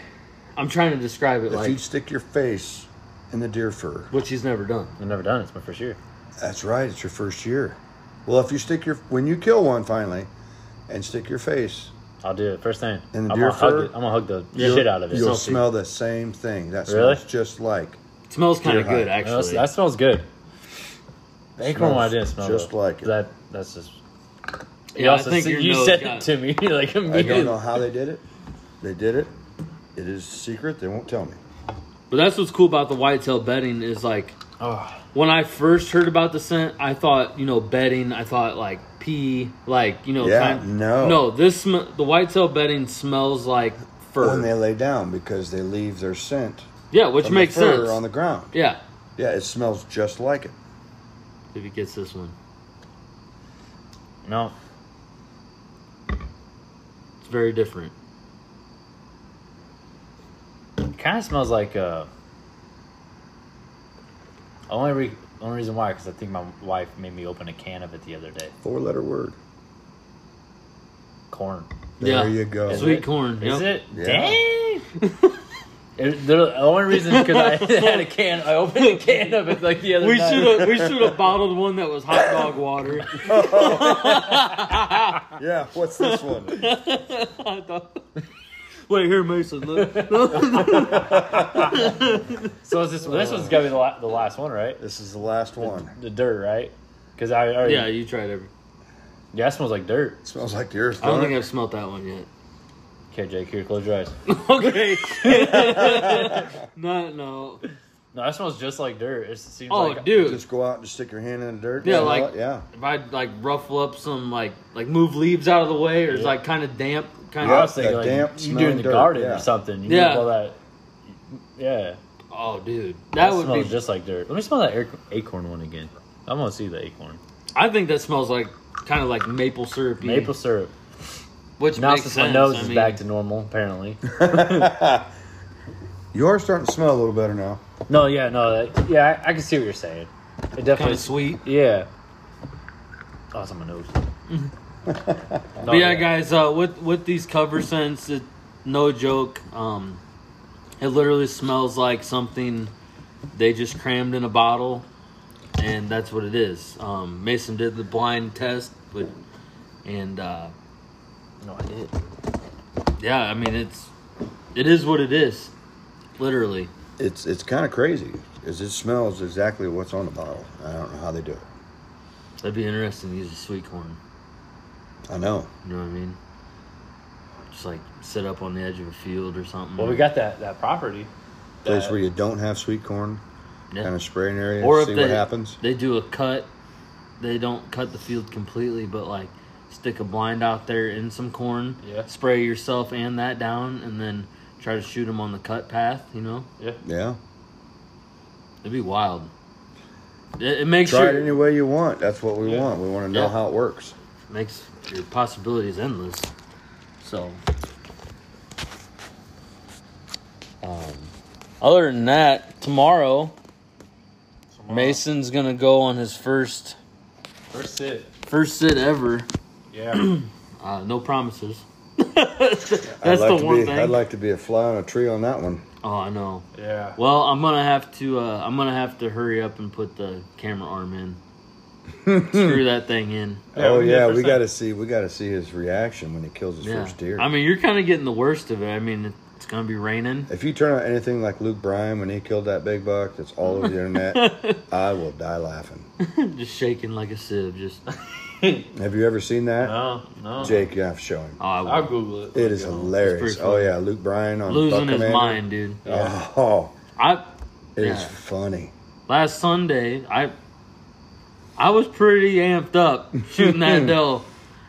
S2: I'm trying to describe it
S4: If
S2: like
S4: you'd stick your face in the deer fur,
S2: what she's never done.
S3: I've never done it. It's my first year.
S4: that's right. It's your first year. Well, if you stick your when you kill one finally, and stick your face,
S3: I'll do it. First thing.
S4: And the
S3: I'm
S4: deer
S3: gonna hug
S4: fur?
S3: it. I'm gonna hug the
S2: Yeah.
S3: shit out of it.
S4: you'll
S2: Selfie.
S4: smell the same thing. That
S3: Really?
S4: smells just like.
S2: It smells kind
S4: Deer
S2: of good,
S4: hide.
S3: No, that's-
S2: actually.
S3: that smells good. The acorn
S4: Smells
S3: one I didn't smell.
S4: just
S3: though.
S4: like it.
S3: That that's just
S2: yeah,
S3: You
S2: I
S3: also
S2: think
S3: said-
S2: your
S3: you
S2: nose
S3: said
S2: got
S3: it to me like
S4: I don't
S3: immediately.
S4: know how they did it. They did it. It is secret. They won't tell me.
S2: But that's what's cool about the whitetail bedding is like
S3: Oh,
S2: when I first heard about the scent, I thought you know bedding. I thought like pee, like you know.
S4: Yeah, no.
S2: no. This sm- the whitetail bedding smells like fur.
S4: When they lay down, because they leave their scent
S2: yeah, which
S4: from the
S2: makes
S4: fur
S2: sense.
S4: on the ground.
S2: yeah,
S4: Yeah, it smells just like it.
S2: if he gets this one,
S3: no,
S2: it's very different.
S3: kind of smells like. Uh, only re- only reason why because I think my wife made me open a can of it the other day.
S4: Four letter word.
S3: Corn.
S2: Yeah.
S4: There you go.
S3: Is
S2: Sweet
S3: it?
S2: corn.
S3: Is
S2: yep.
S3: it?
S4: Yeah.
S3: Dang. It- the only reason is because I had a can. I opened a can of it like the other
S2: We
S3: night.
S2: should have we should have bottled one that was hot dog water.
S4: Yeah, what's this one?
S2: I thought- Wait here, Mason. Look.
S3: So is this this one's gonna be the, la- the last one, right?
S4: This is the last one.
S3: The dirt, right? Because I already
S2: yeah,
S3: yeah.
S2: you tried every.
S3: that smells like dirt.
S4: It smells like the earth.
S2: I don't
S4: don't
S2: think
S4: it?
S2: I've smelled that one yet.
S3: Okay, Jake, here, close your eyes.
S2: Okay. Not no.
S3: No, that smells just like dirt. It seems
S2: Oh,
S3: like
S2: dude.
S4: Just go out and just stick your hand in the dirt.
S2: Yeah,
S4: and
S2: like-
S4: all that. yeah.
S2: If I like ruffle up some like like move leaves out of the way or it's like kind of damp, kind
S4: Yeah.
S2: of
S3: I was thinking
S4: that
S3: like
S4: damp
S3: you do it in
S4: smelling
S3: the
S4: dirt,
S3: garden
S4: yeah.
S3: or something. You
S2: Yeah.
S3: yeah. All that. Yeah.
S2: oh dude,
S3: That,
S2: that would
S3: smells
S2: be.
S3: just like dirt. Let me smell that ac- acorn one again. I want to see the acorn.
S2: I think that smells like kind of like maple syrup.
S3: Maple syrup.
S2: Mm. which
S3: Now
S2: makes
S3: since my
S2: sense.
S3: nose
S2: I
S3: is
S2: mean,
S3: back to normal, apparently.
S4: You are starting to smell a little better now.
S3: no, yeah, no, that, yeah, I, I can see what you're saying. It
S2: kind
S3: definitely,
S2: of sweet.
S3: yeah. Oh, it's on my nose. No,
S2: mm-hmm. But yeah, guys, uh, with with these cover scents, it, no joke. Um, it literally smells like something they just crammed in a bottle, and that's what it is. Um, Mason did the blind test, but and uh,
S3: No, I did.
S2: yeah, I mean it's it is what it is, literally.
S4: It's it's kind of crazy, because it smells exactly what's on the bottle. I don't know how they do it.
S2: That'd be interesting to use a sweet corn.
S4: I know.
S2: You know what I mean? Just like sit up on the edge of a field or something.
S3: Well, we got that that property.
S4: Place
S3: that-
S4: where you don't have sweet corn,
S2: Yeah.
S4: kind of spray an area
S2: Or
S4: and
S2: if
S4: see
S2: they-
S4: what happens.
S2: they do a cut. They don't cut the field completely, but like stick a blind out there in some corn.
S3: Yeah.
S2: Spray yourself and that down, and then try to shoot them on the cut path. You know,
S4: Yeah.
S2: it'd be wild. It, it makes
S4: Try
S2: your
S4: it any way you want. That's what we
S3: Yeah.
S4: want. We want to know
S2: Yeah.
S4: how it works.
S2: makes your possibilities endless. So, um, other than that, tomorrow Mason's gonna go on his first
S3: First sit.
S2: first sit ever.
S3: Yeah.
S2: Uh, no promises. That's
S4: I'd like
S2: the
S4: to
S2: one
S4: be,
S2: thing.
S4: I'd like to be a fly on a tree on that one.
S2: oh, I know.
S3: yeah.
S2: Well, I'm gonna have to. Uh, I'm gonna have to hurry up and put the camera arm in. Screw that thing in.
S3: Yeah,
S4: oh
S3: we did
S4: yeah,
S3: first
S4: we
S3: time.
S4: got to see. We got to see his reaction when he kills his
S2: Yeah.
S4: first deer.
S2: I mean, you're kind of getting the worst of it. I mean, it's gonna be raining.
S4: if you turn out anything like Luke Bryan when he killed that big buck, that's all over the internet. I will die laughing.
S2: just shaking like a sieve. Just. oh,
S4: Have you ever seen that?
S2: Uh-huh.
S3: No, no.
S4: Jake, you have to show him.
S2: I
S3: I'll
S2: will.
S3: Google it.
S4: It is
S3: Go.
S4: hilarious.
S2: pretty
S4: Oh
S2: funny.
S4: yeah, Luke Bryan on
S2: losing
S4: Buck
S2: his
S4: Commander.
S2: mind, dude.
S4: Oh,
S2: I
S4: it is
S2: Yeah.
S4: funny.
S2: last Sunday, I I was pretty amped up shooting that doe.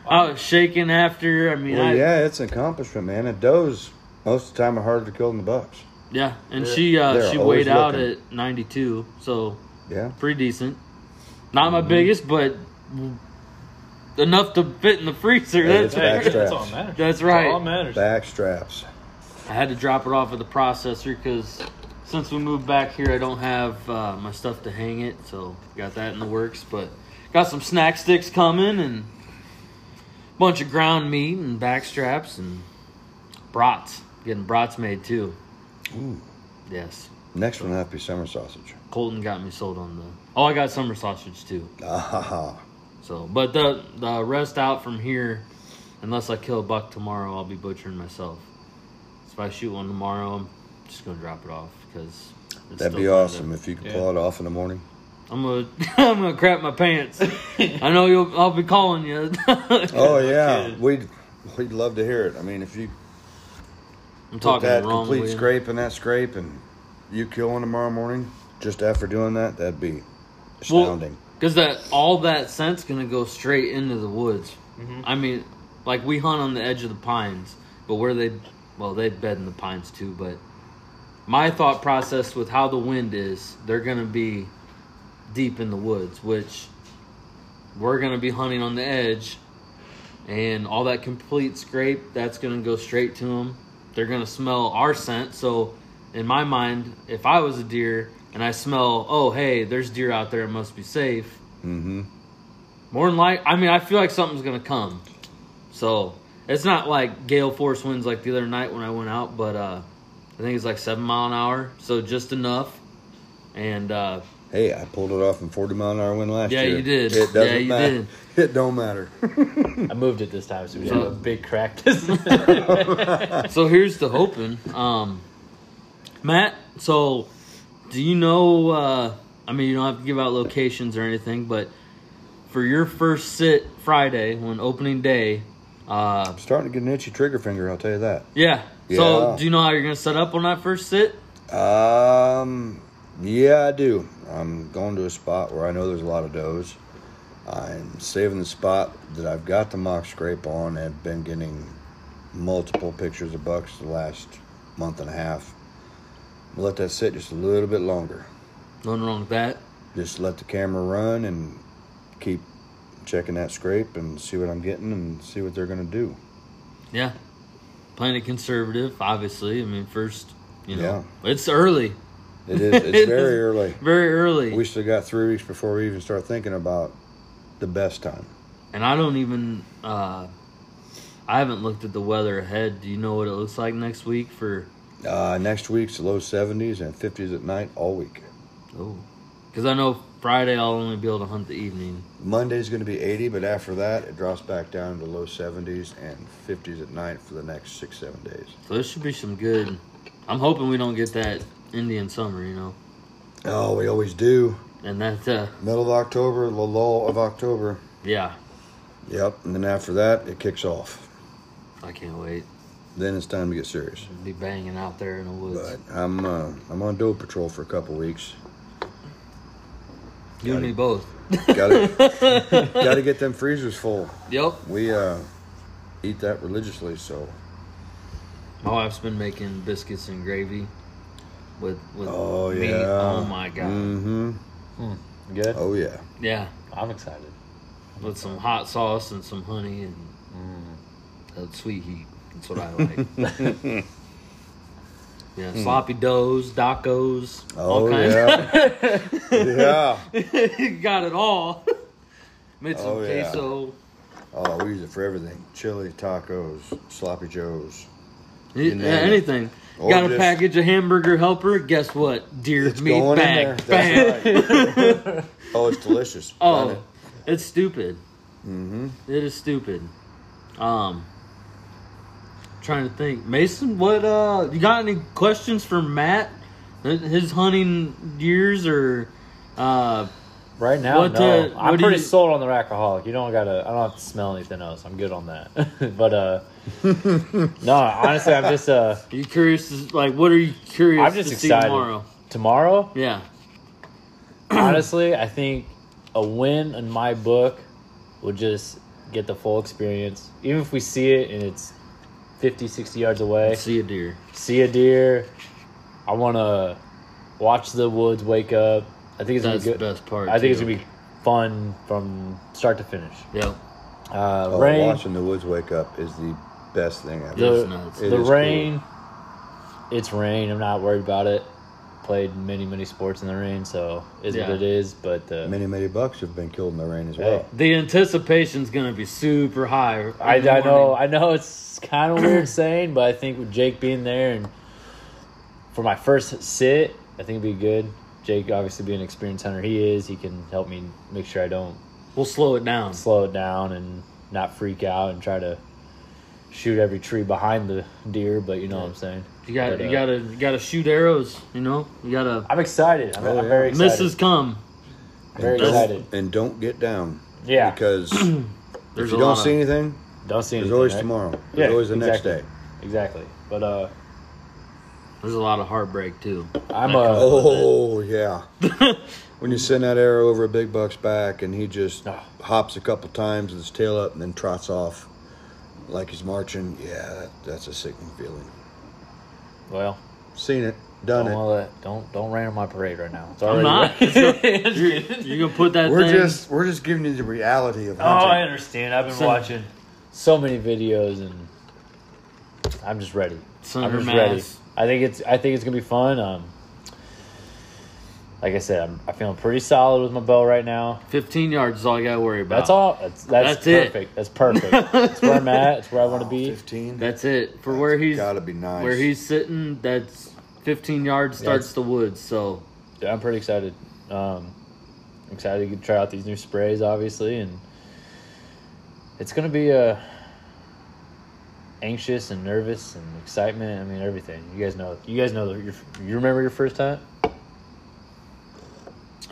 S2: I was shaking after. I mean,
S4: Well,
S2: I,
S4: yeah, it's an accomplishment, man. And does most of the time are harder to kill than the bucks.
S2: Yeah, and
S3: Yeah.
S2: she uh,
S4: They're
S2: she
S4: always
S2: weighed out
S4: looking.
S2: at 92, so
S4: Yeah,
S2: pretty decent. Not
S4: Mm-hmm.
S2: my biggest, but enough to fit in the freezer.
S4: Yeah,
S2: That's,
S4: it's back
S3: Hey,
S2: right.
S4: straps.
S3: that's all that matters.
S2: That's
S3: That's all that
S2: right.
S3: matters.
S4: back straps.
S2: I had to drop it off at the processor because since we moved back here, I don't have uh, my stuff to hang it, so got that in the works. But got some snack sticks coming and a bunch of ground meat and back straps and brats. Getting brats made too.
S4: Ooh.
S2: Yes.
S4: Next one have to be summer sausage.
S2: Colton got me sold on the. Oh, I got summer sausage too.
S4: Ah, ha, ha.
S2: So, but the the rest out from here, unless I kill a buck tomorrow, I'll be butchering myself. So if I shoot one tomorrow, I'm just gonna drop it off because it's
S4: that'd
S2: still
S4: be
S2: kind of-
S4: awesome if you could pull it off in the morning.
S2: I'm gonna I'm gonna crap my pants. I know you'll I'll be calling you.
S4: Oh yeah, we'd we'd love to hear it. I mean, if you
S2: I'm
S4: put
S2: talking
S4: that
S2: wrong.
S4: complete
S2: William.
S4: scrape and that scrape, and you kill one tomorrow morning just after doing that, that'd be
S2: Well-
S4: astounding.
S2: Because that all that scent's gonna go straight into the woods. I mean, like we hunt on the edge of the pines, but where they, well, they bed in the pines too. But my thought process with how the wind is, they're gonna be deep in the woods, which we're gonna be hunting on the edge, and all that complete scrape that's gonna go straight to them. They're gonna smell our scent. So in my mind, if I was a deer and I smell, oh hey, there's deer out there, it must be safe.
S4: mm-hmm.
S2: More than like, I mean, I feel like something's gonna come. So it's not like gale force winds like the other night when I went out, but uh, I think it's like seven mile an hour, so just enough. And uh,
S4: Hey, I pulled it off in forty mile an hour wind last
S2: Yeah,
S4: year.
S2: you did.
S4: It doesn't
S2: Yeah, you
S4: matter. It don't matter.
S3: I moved it this time, so we
S2: Yeah.
S3: have a big crack. This
S2: so here's the hoping, um, Matt. So do you know? Uh, I mean, you don't have to give out locations or anything, but for your first sit Friday, when opening day, uh,
S4: I'm starting to get an itchy trigger finger. I'll tell you that.
S2: yeah. So
S4: Yeah.
S2: do you know how you're gonna set up on that first sit?
S4: Um, Yeah, I do. I'm going to a spot where I know there's a lot of does. I'm saving the spot that I've got the mock scrape on and been getting multiple pictures of bucks the last month and a half. I'll let that sit just a little bit longer.
S2: Nothing wrong with that.
S4: Just let the camera run and keep checking that scrape and see what I'm getting and see what they're going to do.
S2: Yeah. Playing it conservative, obviously. I mean, first, you know, it's early,
S4: It is. It's very early.
S2: very early.
S4: We still got three weeks before we even start thinking about the best time.
S2: and I don't even, uh, I haven't looked at the weather ahead. Do you know what it looks like next week for,
S4: Uh, next week's low 70s and 50s at night all week.
S2: oh, because I know Friday I'll only be able to hunt the evening.
S4: Monday's going to be 80, but after that, it drops back down to low 70s and 50s at night for the next six, seven days.
S2: So this should be some good. I'm hoping we don't get that Indian summer, you know,
S4: Oh, we always do.
S2: and that, uh,
S4: Middle of October, the lull of October.
S2: yeah,
S4: Yep. And then after that, it kicks off.
S2: I can't wait.
S4: Then it's time to get serious.
S2: Be banging out there in the woods.
S4: But I'm uh, I'm on doe patrol for a couple weeks.
S2: you and me both.
S4: Got to get them freezers full.
S2: Yep.
S4: We uh, eat that religiously, so
S2: My wife's been making biscuits and gravy with with
S4: Oh,
S2: meat.
S4: yeah.
S2: Oh my god.
S4: Mm-hmm.
S3: Good.
S4: Oh yeah.
S2: Yeah,
S3: I'm excited.
S2: with some hot sauce and some honey and uh, sweet heat. That's what I like. yeah, sloppy doughs, docos, all
S4: Oh
S2: kinds.
S4: yeah. yeah.
S2: Got it all. Made some
S4: Oh, yeah.
S2: queso.
S4: Oh, we use it for everything: chili, tacos, sloppy joes.
S2: Yeah,
S4: name it.
S2: anything.
S4: Or
S2: Got a
S4: just-
S2: package of hamburger helper. Guess what? Deer
S4: It's
S2: meat
S4: going
S2: bag.
S4: in there.
S2: Bam.
S4: That's right. oh, it's delicious. Done
S2: Oh,
S4: it.
S2: it's stupid. Mm-hmm. is stupid. Um, trying to think, Mason. What uh, you got any questions for Matt? Th- His hunting years or uh,
S3: Right now,
S2: What,
S3: no.
S2: uh,
S3: I'm
S2: what do
S3: pretty
S2: you-
S3: sold on the rackaholic. You don't gotta. I don't have to smell anything else. I'm good on that. but uh, no, honestly, I'm just uh,
S2: you curious? to- Like, what are you curious
S3: I'm just
S2: to see
S3: excited.
S2: tomorrow?
S3: tomorrow.
S2: Yeah,
S3: honestly, I think a win in my book would just get the full experience. Even if we see it and it's 50, 60 yards away,
S2: see a deer.
S3: see a deer. I want to watch the woods wake up. I think it's gonna
S2: That's
S3: be
S2: the
S3: good.
S2: best part.
S3: I think it's gonna be fun from start to finish.
S2: be. Yep.
S3: Uh,
S4: Oh,
S3: rain,
S4: watching the woods wake up is the best thing ever.
S2: Yeah.
S3: the,
S2: It's nuts.
S4: It
S3: the
S4: is
S3: rain. It's rain. I'm not worried about it. Played many many sports in the rain, so is
S2: Yeah.
S3: what it is. But uh, the,
S4: Many, many bucks have been killed in the rain as
S3: Hey.
S4: well.
S2: The anticipation's gonna be super high.
S3: I,
S2: in the
S3: I know
S2: morning.
S3: I know it's kind of weird saying, but I think with Jake being there and for my first sit, I think it'd be good. Jake, obviously being an experienced hunter, he is. He can help me make sure I don't
S2: We'll slow it down.
S3: slow it down and not freak out and try to shoot every tree behind the deer. But you know what I'm saying.
S2: You got.
S3: But,
S2: You
S3: uh,
S2: gotta. You gotta shoot arrows. You know. You gotta.
S3: I'm excited. I'm,
S4: Oh,
S3: I'm
S4: yeah.
S3: very excited.
S2: Misses come.
S3: very
S4: Don't-
S3: excited.
S4: And don't get down.
S3: Yeah.
S4: Because
S2: There's
S4: if you
S2: a lot
S4: don't
S2: of-
S4: see anything,
S3: Don't see
S4: there's
S3: anything.
S4: always
S3: right?
S4: tomorrow. There's
S3: Yeah,
S4: always the next
S3: exactly.
S4: day.
S3: Exactly. But uh,
S2: There's a lot of heartbreak too.
S3: I'm uh,
S4: Oh yeah. when you send that arrow over a big buck's back and he just
S3: Ah.
S4: hops a couple times with his tail up and then trots off like he's marching, yeah, that, that's a sickening feeling.
S3: well.
S4: Seen it,
S3: Don't
S4: done it.
S3: wanna let, don't don't rain on my parade right now. It's
S2: I'm
S3: already
S2: not. you're, you're gonna put that.
S4: We're
S2: thing,
S4: just we're just giving you the reality of
S10: Oh, I
S4: hunting.
S10: understand. I've been
S2: So-
S10: watching.
S3: so many videos and I'm just ready.
S2: Son
S3: I'm
S2: of
S3: just
S2: a
S3: ready.
S2: mass.
S3: I think it's I think it's gonna be fun. Um, like I said, I'm I feeling pretty solid with my bow right now.
S2: 15 yards is all you gotta worry about.
S3: That's all. That's that's,
S2: That's it.
S3: perfect. That's perfect. that's where I'm at. It's where I want to
S10: Oh,
S3: be.
S4: Fifteen.
S2: That's it for where he's
S4: gotta be nice.
S2: where he's sitting. That's 15 yards starts
S3: That's-
S2: the woods. So
S3: Yeah, I'm pretty excited. Um, I'm excited to try out these new sprays, obviously, and it's gonna be uh, anxious and nervous and excitement. I mean, everything. You guys know. You guys know. Your, you remember your first hunt?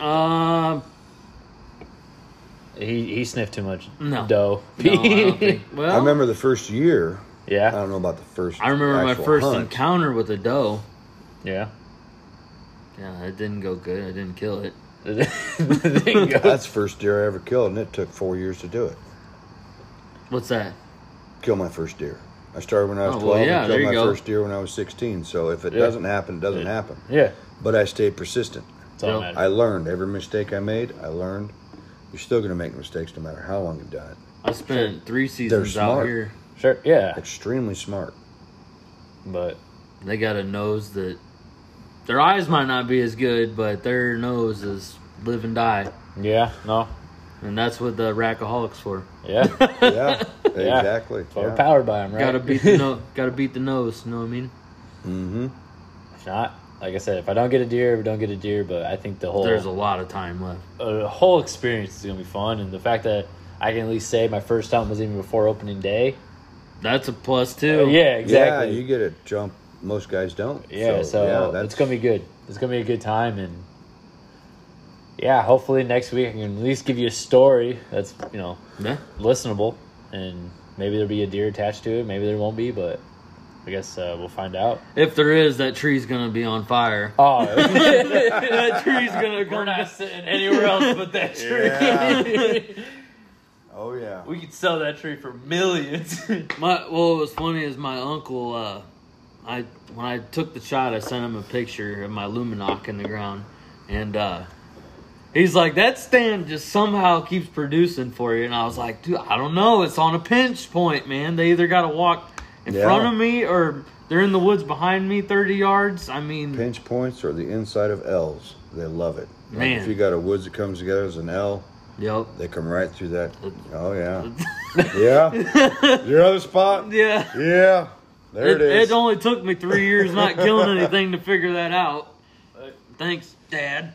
S2: um,
S3: He he sniffed too much
S2: No.
S3: dough.
S2: no, I don't think- well,
S4: I remember the first year. I
S3: yeah,
S4: don't know about the first.
S2: I remember my
S4: actual
S2: first
S4: hunt.
S2: encounter with a doe.
S3: yeah.
S2: Yeah, it didn't go good. I didn't kill it.
S4: That's the first deer I ever killed, and it took four years to do it.
S2: What's that?
S4: Kill my first deer. I started when I was
S2: Oh, well,
S4: 12
S2: yeah,
S4: and
S2: there
S4: killed
S2: you
S4: my
S2: go.
S4: first deer when I was 16. So if it
S6: Yeah.
S4: doesn't happen, it doesn't happen.
S6: yeah,
S4: But I stayed persistent.
S6: it's all
S2: Yep.
S6: matter.
S4: I learned every mistake I made. I learned. You're still going to make mistakes no matter how long you've done it.
S2: I spent three seasons out
S4: smart.
S2: here.
S6: Sure, yeah,
S4: Extremely smart.
S6: but
S2: They got a nose that their eyes might not be as good, but their nose is live and die,
S6: yeah, no,
S2: and that's what the rackaholics for.
S6: yeah,
S4: Yeah, exactly.
S6: But we're powered by him, right?
S2: Gotta beat the no, gotta beat the nose. You know what I mean?
S4: Mm-hmm.
S6: If not, like I said, if I don't get a deer, we don't get a deer. But I think the whole
S2: There's a lot of time left.
S6: a whole experience is gonna be fun, and the fact that I can at least say my first hunt was even before opening day.
S2: That's a plus too.
S6: Uh, yeah, exactly.
S4: Yeah, you get a jump. Most guys don't.
S6: Yeah, so, it's gonna be good. It's gonna be a good time, and yeah, hopefully next week I can at least give you a story that's you know
S2: Yeah.
S6: listenable, and maybe there'll be a deer attached to it. Maybe there won't be, but I guess uh, we'll find out.
S2: If there is, that tree's gonna be on fire.
S6: Oh,
S2: that tree's gonna come.
S6: sitting anywhere else but that
S4: Yeah. Oh yeah.
S3: We could sell that tree for millions.
S2: My well, what's funny is my uncle. Uh, I when I took the shot, I sent him a picture of my luminoc in the ground, and uh, he's like, "That stand just somehow keeps producing for you." And I was like, "Dude, I don't know. It's on a pinch point, man. They either got to walk in
S4: Yeah.
S2: front of me or they're in the woods behind me, thirty yards. I mean,
S4: Pinch points or the inside of L's. They love it. Like,
S2: Man.
S4: if you got a woods that comes together as an L,
S2: yep,
S4: they come right through that. Oh yeah. yeah. Your other spot.
S2: yeah."
S4: Yeah. There
S2: It,
S4: it is.
S2: it only took me three years not killing anything to figure that out. Thanks, Dad.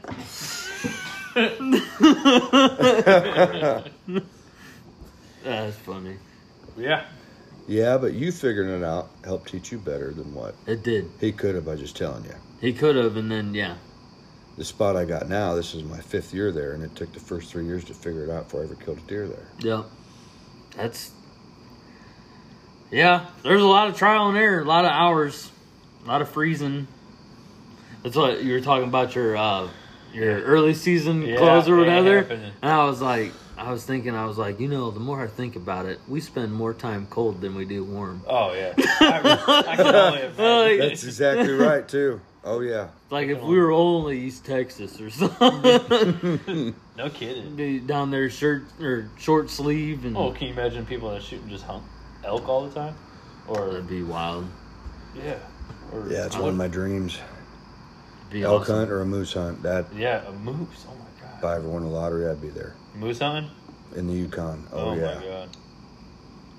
S2: That's funny.
S3: yeah.
S4: yeah, but you figuring it out helped teach you better than what
S2: It did.
S4: he could have by just telling you.
S2: He could have, and then yeah,
S4: The spot I got now, this is my fifth year there, and it took the first three years to figure it out before I ever killed a deer there.
S2: yeah. That's yeah. There's a lot of trial and error, a lot of hours, a lot of freezing. That's what you were talking about your uh, your early season
S3: Yeah,
S2: clothes or
S3: it ain't
S2: whatever.
S3: happening.
S2: And I was like, I was thinking, I was like, you know, the more I think about it, we spend more time cold than we do warm.
S3: Oh yeah. I, I can only imagine.
S2: Like,
S4: That's exactly right too. Oh yeah.
S2: like if we were only East Texas or something,
S3: No kidding.
S2: be down there shirt or short sleeve, and
S3: Oh, can you imagine people that shoot and just hunt elk all the time? Or
S2: that'd be wild.
S3: yeah. Or,
S4: Yeah, it's one of my dreams.
S2: It'd be
S4: Elk
S2: awesome.
S4: hunt or a moose hunt. That
S3: Yeah, a moose. Oh my god.
S4: if I ever won the lottery, I'd be there
S3: Moose hunting?
S4: in the Yukon. Oh, yeah.
S3: my god.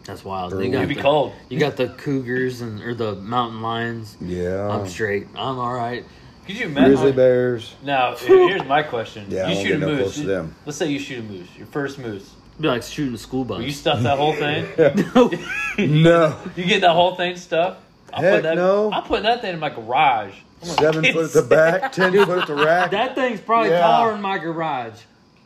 S2: That's wild.
S4: Or
S2: You
S3: It'd
S2: got,
S3: be
S2: the,
S3: cold.
S2: you got the cougars and or the mountain lions.
S4: Yeah.
S2: I'm straight. I'm all right.
S3: Could you imagine?
S4: Grizzly bears.
S3: Now, here's my question.
S4: Yeah, I
S3: you
S4: won't
S3: shoot
S4: get
S3: a
S4: no
S3: moose.
S4: close to them.
S3: Let's say you shoot a moose, your first moose.
S2: Be like shooting a school
S3: Will you
S2: bus.
S3: stuff that whole thing?
S4: No.
S3: You get that whole thing stuffed? I'll
S4: Heck
S3: put that,
S4: no.
S3: I'm putting that thing in my garage.
S4: Seven foot at the back, ten foot at the rack.
S2: That thing's probably
S4: Yeah.
S2: taller than my garage.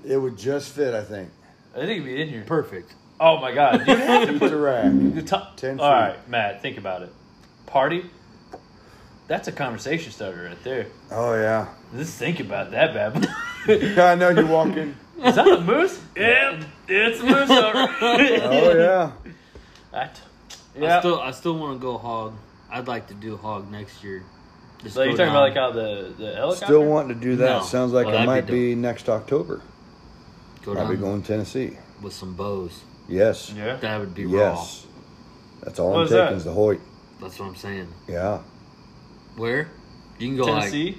S4: It would just fit, I think.
S3: I think it'd be in here.
S2: Perfect.
S3: Oh my god. You have to
S4: Feet
S3: put
S4: to rack.
S3: the top.
S4: Ten
S3: All
S4: feet.
S3: right, Matt, think about it. Party? That's a conversation starter right there.
S4: Oh yeah.
S3: Let's think about that bad boy.
S4: I know you're walking.
S3: Is that a moose? yeah, it's a moose. alright.
S4: Oh yeah.
S3: I t-
S2: I
S3: yeah.
S2: still I still want to go hog. I'd like to do hog next year. Just
S3: so you're
S2: go
S3: talking about like
S2: down-
S3: how the, the helicopter?
S4: Still wanting to do that.
S2: No.
S4: Sounds like
S2: Well,
S4: I
S2: that'd be
S4: might be, next October.
S3: uh,
S2: go
S4: I'll be
S2: down
S4: going to Tennessee.
S2: with some bows.
S4: Yes.
S3: Yeah.
S2: That would be
S4: Yes. That's all
S3: What
S4: I'm
S3: is
S4: taking
S3: that?
S4: is the Hoyt.
S2: raw. That's what I'm saying.
S4: Yeah.
S2: Where? You can go
S3: Tennessee?
S2: like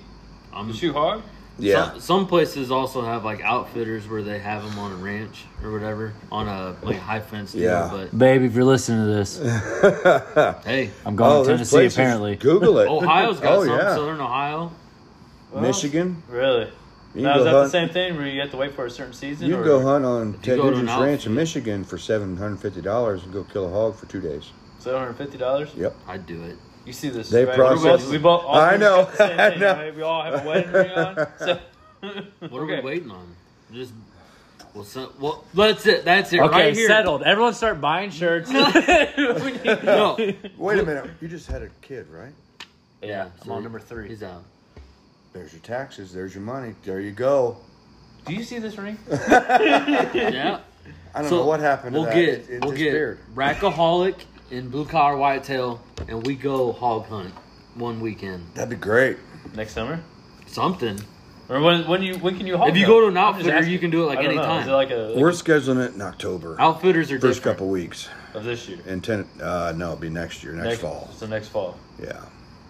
S2: I'm,
S3: You shoot hard?
S4: Yeah.
S2: Some, some places also have like outfitters where they have them on a ranch or whatever on a like high fence deal.
S4: Yeah.
S2: But
S6: babe, if you're listening to this,
S2: hey,
S6: I'm going to
S4: there's
S6: Tennessee.
S4: places.
S6: Apparently,
S4: Google it.
S2: Ohio's got
S4: oh,
S2: some.
S4: yeah.
S2: Southern Ohio.
S4: Michigan.
S3: Really?
S4: You
S3: Now,
S4: can
S3: is
S4: go
S3: that
S4: hunt.
S3: the same thing where you have to wait for a certain season?
S4: You
S3: or
S4: can go hunt on Ted
S2: go to an
S4: Nugent's Ranch
S2: outfit.
S4: in Michigan for seven hundred fifty dollars and go kill a hog for two days.
S3: $750?
S4: Yep.
S2: I'd do it.
S3: You see this?
S4: They
S3: right?
S4: process-
S3: We both, we both all
S4: I
S3: three
S4: know,
S3: got the same
S4: I
S3: thing,
S4: know.
S3: right? We all have a wedding ring on. So.
S2: What
S3: Okay.
S2: are we waiting on? Just well, so, well, that's it. That's it.
S6: okay,
S2: right here.
S6: settled. Everyone start buying shirts.
S2: No.
S4: Wait a minute. You just had a kid, right?
S2: Yeah,
S6: I'm on number
S2: He's
S6: three.
S2: out.
S4: There's your taxes. There's your money. There you go.
S3: Do you see this ring?
S2: Yeah.
S4: I don't
S2: So,
S4: know what happened. To
S2: We'll
S4: that.
S2: get
S4: It, it
S2: we'll get
S4: disappeared.
S2: Rackaholic and Blue Collar Whitetail, and we go hog hunt one weekend.
S4: That'd be great.
S3: Next summer?
S2: Something.
S3: Or when when you when can you haul
S2: If you
S3: them?
S2: go to an
S3: I'm just
S2: outfitter,
S3: asking.
S2: you can do it, like,
S3: I don't
S2: any
S3: know.
S2: time.
S3: Is it like a
S4: We're scheduling it in October.
S2: Outfitters are
S4: First
S2: different.
S4: couple weeks.
S3: of this year?
S4: And ten, uh, no, it'll be next year, next, fall.
S3: So next fall.
S4: Yeah.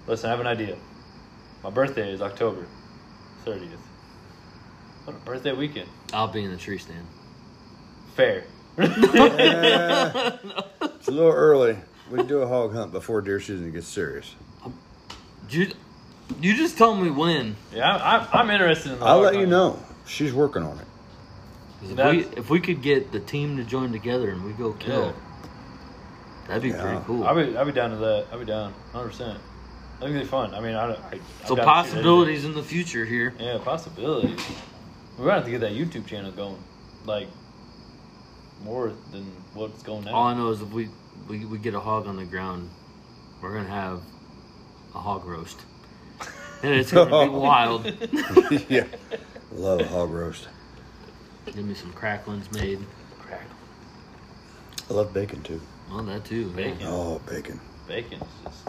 S3: Listen, I have an idea. My birthday is October thirtieth. What a birthday weekend.
S2: I'll be in the tree stand.
S3: Fair.
S4: Eh, it's a little early. We can do a hog hunt before deer season gets serious.
S2: You, you just tell me when.
S3: Yeah, I, I, I'm interested in. The
S4: I'll
S3: hog
S4: let you
S3: hunt.
S4: know. She's working on it.
S2: 'Cause If
S3: That's-
S2: we, if we could get the team to join together and we go kill,
S3: Yeah.
S2: that'd be
S4: Yeah.
S2: pretty cool.
S3: I'll be I'll be down to that. I'll be down 100. percent I think it'd be fun. I mean, I, don't- I I'm
S2: so
S3: down to shoot
S2: possibilities in the future here.
S3: anything. Yeah, possibilities. We're gonna have to get that YouTube channel going, like more than what's going now.
S2: All I know is if we, we we get a hog on the ground, we're gonna have a hog roast, and it's gonna be wild.
S4: yeah. Love a hog roast.
S2: Give me some cracklings made.
S4: I love bacon too.
S2: Well, that too. yeah.
S3: Bacon.
S4: Oh, bacon.
S3: Bacon's just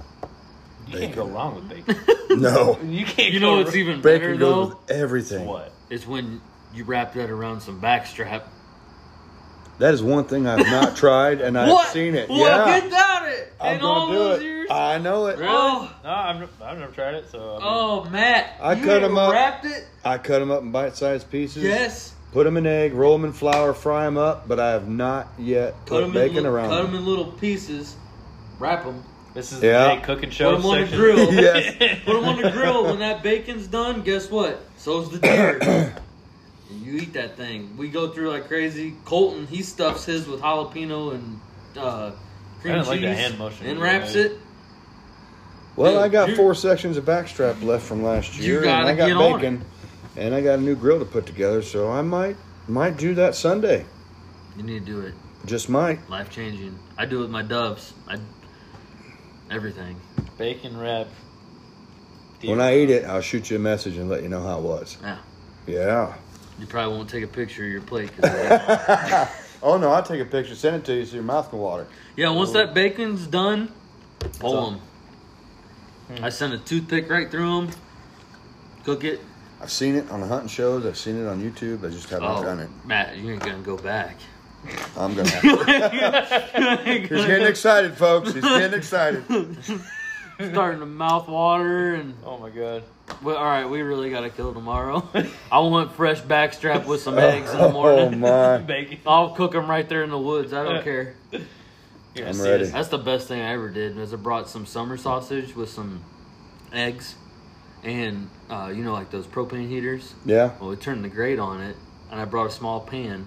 S3: you
S4: Bacon.
S3: can't go wrong with bacon.
S4: No.
S3: you can't.
S2: You
S3: go
S2: know what's
S3: wrong-
S2: even better
S4: Bacon
S2: though?
S4: goes with everything.
S3: what?
S2: It's when you wrap that around some backstrap.
S4: That is one thing I've not tried and I've seen it. yeah.
S2: about it?
S4: I'm
S2: In
S4: gonna
S2: all
S4: do
S2: those
S4: it.
S2: years?
S4: I know it.
S2: Oh,
S3: No, I've, n- I've never tried it, so. I mean,
S2: oh, Matt.
S4: I
S2: you
S4: cut 'em up.
S2: Wrapped it?
S4: I cut them up in bite-sized pieces.
S2: Yes.
S4: Put them in egg, roll them in flour, fry them up, but I have not yet
S2: Cut
S4: put,
S2: them
S4: bacon
S2: in, li-
S4: around.
S2: Cut them
S4: them.
S2: in little pieces. Wrap them.
S3: This is
S4: Yeah.
S3: the big cooking show.
S2: Put 'em on the
S3: section.
S2: grill.
S4: Yes.
S2: Put them on the grill. When that bacon's done, guess what? So's the deer. and you eat that thing. We go through like crazy. Colton, he stuffs his with jalapeno and uh, cream
S3: didn't
S2: cheese
S3: like that hand motion
S2: and
S3: you
S2: wraps
S3: made.
S2: it.
S4: Well, I got
S2: Dude,
S4: four sections of backstrap left from last
S2: You
S4: year, and
S2: gotta
S4: I got
S2: get on it.
S4: bacon, and I got a new grill to put together, so I might might do that Sunday.
S2: You need to do it.
S4: Just might.
S2: Life changing. I do it with my doves. I everything.
S3: Bacon wrap.
S4: When I eat it, I'll shoot you a message and let you know how it was.
S2: Yeah.
S4: Yeah.
S2: You probably won't take a picture of your plate. 'cause-
S4: oh no, I'll take a picture, send it to you so your mouth can water.
S2: yeah, once that bacon's done, pull them. I send a toothpick right through them. Cook it.
S4: I've seen it on the hunting shows. I've seen it on YouTube. I just haven't done it.
S2: oh, Matt, you ain't gonna go back.
S4: I'm gonna. Have to. He's getting excited, folks. He's getting excited.
S2: Starting to mouth water and
S3: Oh my god.
S2: well, all right, we really gotta kill tomorrow. I want fresh backstrap with some eggs in the morning.
S4: Oh my!
S3: Bacon.
S2: I'll cook them right there in the woods. I don't care.
S3: You're
S4: I'm
S3: gonna see
S4: ready.
S3: us-
S2: That's the best thing I ever did. Was I brought some summer sausage with some eggs, and uh, you know, like those propane heaters.
S4: Yeah.
S2: Well, we turned the grate on it, and I brought a small pan,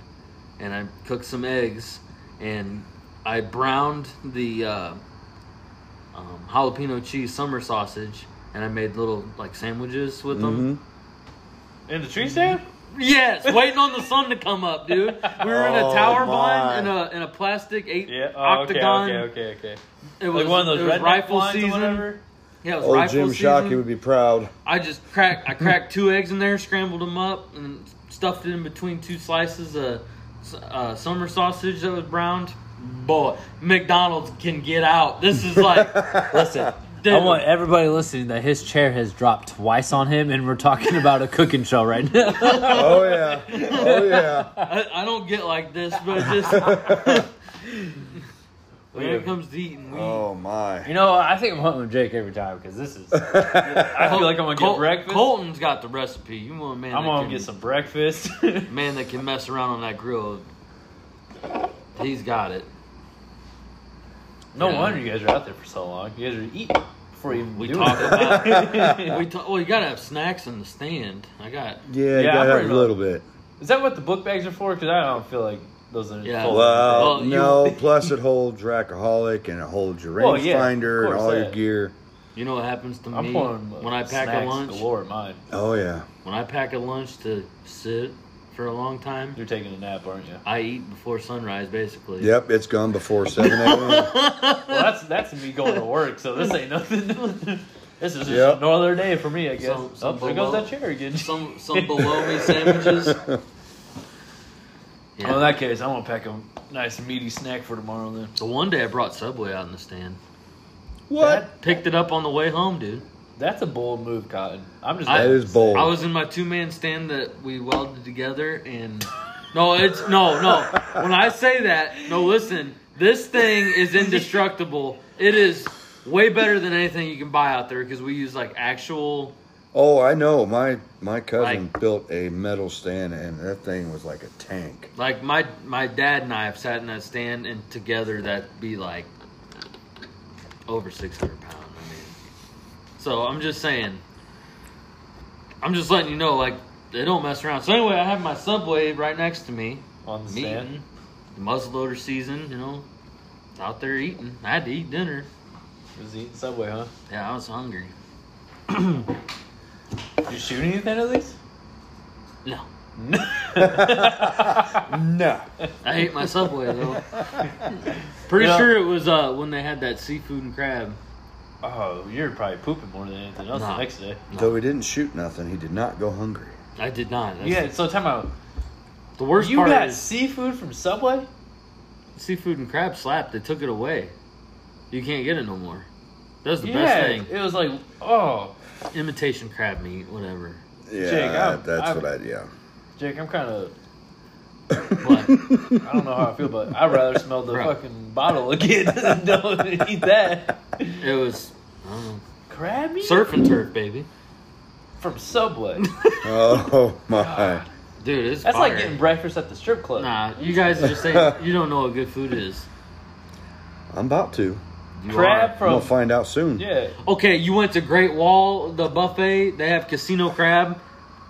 S2: and I cooked some eggs, and I browned the uh, um, jalapeno cheese summer sausage, and I made little like sandwiches with them.
S4: hmm
S3: In the tree stand?
S2: Yes, waiting on the sun to come up, dude. We were in a
S4: Mm-hmm. Oh,
S2: tower
S4: my.
S2: blind in a in a plastic eight
S3: Yeah. Oh, okay,
S2: octagon.
S3: okay, okay, okay.
S2: It was
S3: Like one of those
S2: it was
S3: redneck
S2: rifle
S3: blinds or
S2: season.
S3: whatever?
S2: Yeah, it was
S4: Old
S2: rifle
S4: Jim
S2: season.
S4: Shockey would be proud.
S2: I just cracked I cracked two eggs in there, scrambled them up, and stuffed it in between two slices of s- uh, summer sausage that was browned. Boy, McDonald's can get out. This is like
S6: Listen,
S2: Dude.
S6: I want everybody listening that his chair has dropped twice on him, and we're talking about a cooking show right now.
S4: Oh yeah. Oh yeah.
S2: I, I don't get like this, but just when it comes to eating, we
S4: Oh
S6: you
S4: my.
S6: know, I think I'm hunting with Jake every time because this is.
S3: I feel like I'm gonna get
S2: Col-
S3: breakfast.
S2: Colton's got the recipe. You want a man?
S3: I'm
S2: that
S3: gonna
S2: can-
S3: get some breakfast. Dude,
S2: man that can mess around on that grill. He's got it.
S3: no
S2: Yeah.
S3: wonder you guys are out there for so long. You guys are eating before you even
S2: We
S3: do
S2: talk
S3: it.
S2: about. we talk. Well, you gotta have snacks in the stand. I got.
S4: Yeah, you
S3: Yeah,
S4: gotta
S3: I'm
S4: have
S3: pretty
S4: a little bit.
S3: Is that what the book bags are for? Because I don't feel like those are.
S2: Yeah.
S3: full.
S4: Well,
S2: Well, you-
S4: no. Plus, it holds Rackaholic and it holds your range
S3: Well, yeah,
S4: finder
S3: of
S4: and all
S3: course,
S4: your
S3: yeah.
S4: gear.
S2: You know what happens to
S3: I'm
S2: me
S3: pouring uh,
S2: when I pack a
S3: snacks
S2: lunch?
S3: galore in mine.
S4: Oh yeah.
S2: When I pack a lunch to sit for a long time,
S3: You're taking a nap, aren't you?
S2: I eat before sunrise, basically.
S4: Yep, it's gone before 7 a.m.
S3: Well, that's that's me going to work, so this ain't nothing. This is just
S4: Yep.
S3: another day for me, I guess.
S2: Some- some
S3: oh, there goes
S2: below-
S3: that chair again.
S2: Some some below me sandwiches. Yeah.
S3: Well, in Oh, that case, I'm gonna pack a nice meaty snack for tomorrow then.
S2: the one day I brought Subway out in the stand.
S3: What?
S2: Picked it up on the way home, dude.
S3: That's a bold move, Cotton. I'm just.
S2: I-
S4: That is bold.
S2: I was in my two man stand that we welded together, and no, it's no, no. When I say that, no, listen, this thing is indestructible. It is way better than anything you can buy out there because we use like actual.
S4: oh, I know. My my cousin
S2: Like-
S4: built a metal stand, and that thing was like a tank.
S2: Like my my dad and I have sat in that stand, and together that'd be like over six hundred pounds. I mean, so I'm just saying, I'm just letting you know, like they don't mess around. So anyway, I have my subway right next to me.
S3: on the
S2: I'm
S3: stand.
S2: eating. Muzzleloader season, you know, out there eating. I had to eat dinner.
S3: Was eating Subway, huh?
S2: Yeah, I was hungry.
S3: Did you shoot anything at least?
S2: No,
S4: No.
S2: I ate my Subway though. Pretty
S3: Yeah.
S2: sure it was uh, when they had that seafood and crab.
S3: Oh, you're probably pooping more than anything else
S2: Nah.
S3: the next day.
S4: Though he didn't shoot nothing, he did not go hungry.
S2: I did not. That's
S3: Yeah. So time out.
S2: The worst
S3: You
S2: part
S3: got
S2: is
S3: seafood from Subway?
S2: seafood and crab slapped. They took it away. You can't get it no more. That was the
S3: yeah.
S2: best thing.
S3: It was like, oh,
S2: Imitation crab meat, whatever.
S4: Yeah,
S3: Jake, I'm-
S4: that's
S3: I'm-
S4: what I. Yeah.
S3: Jake, I'm kind of.
S2: But
S3: I don't know how I feel, but I'd rather smell the
S2: Bro.
S3: fucking bottle again than don't eat that.
S2: it was I don't know,
S3: Crab meat
S2: surf and turf, baby.
S3: from Subway.
S4: Oh my.
S2: Dude, it's
S3: That's
S2: fire.
S3: like getting breakfast at the strip club.
S2: Nah, you guys are just saying you don't know what good food is.
S4: I'm about to.
S2: You
S3: Crab
S4: I'm
S3: from
S4: gonna find out soon.
S3: yeah,
S2: are. Okay, you went to Great Wall, the buffet. They have casino crab.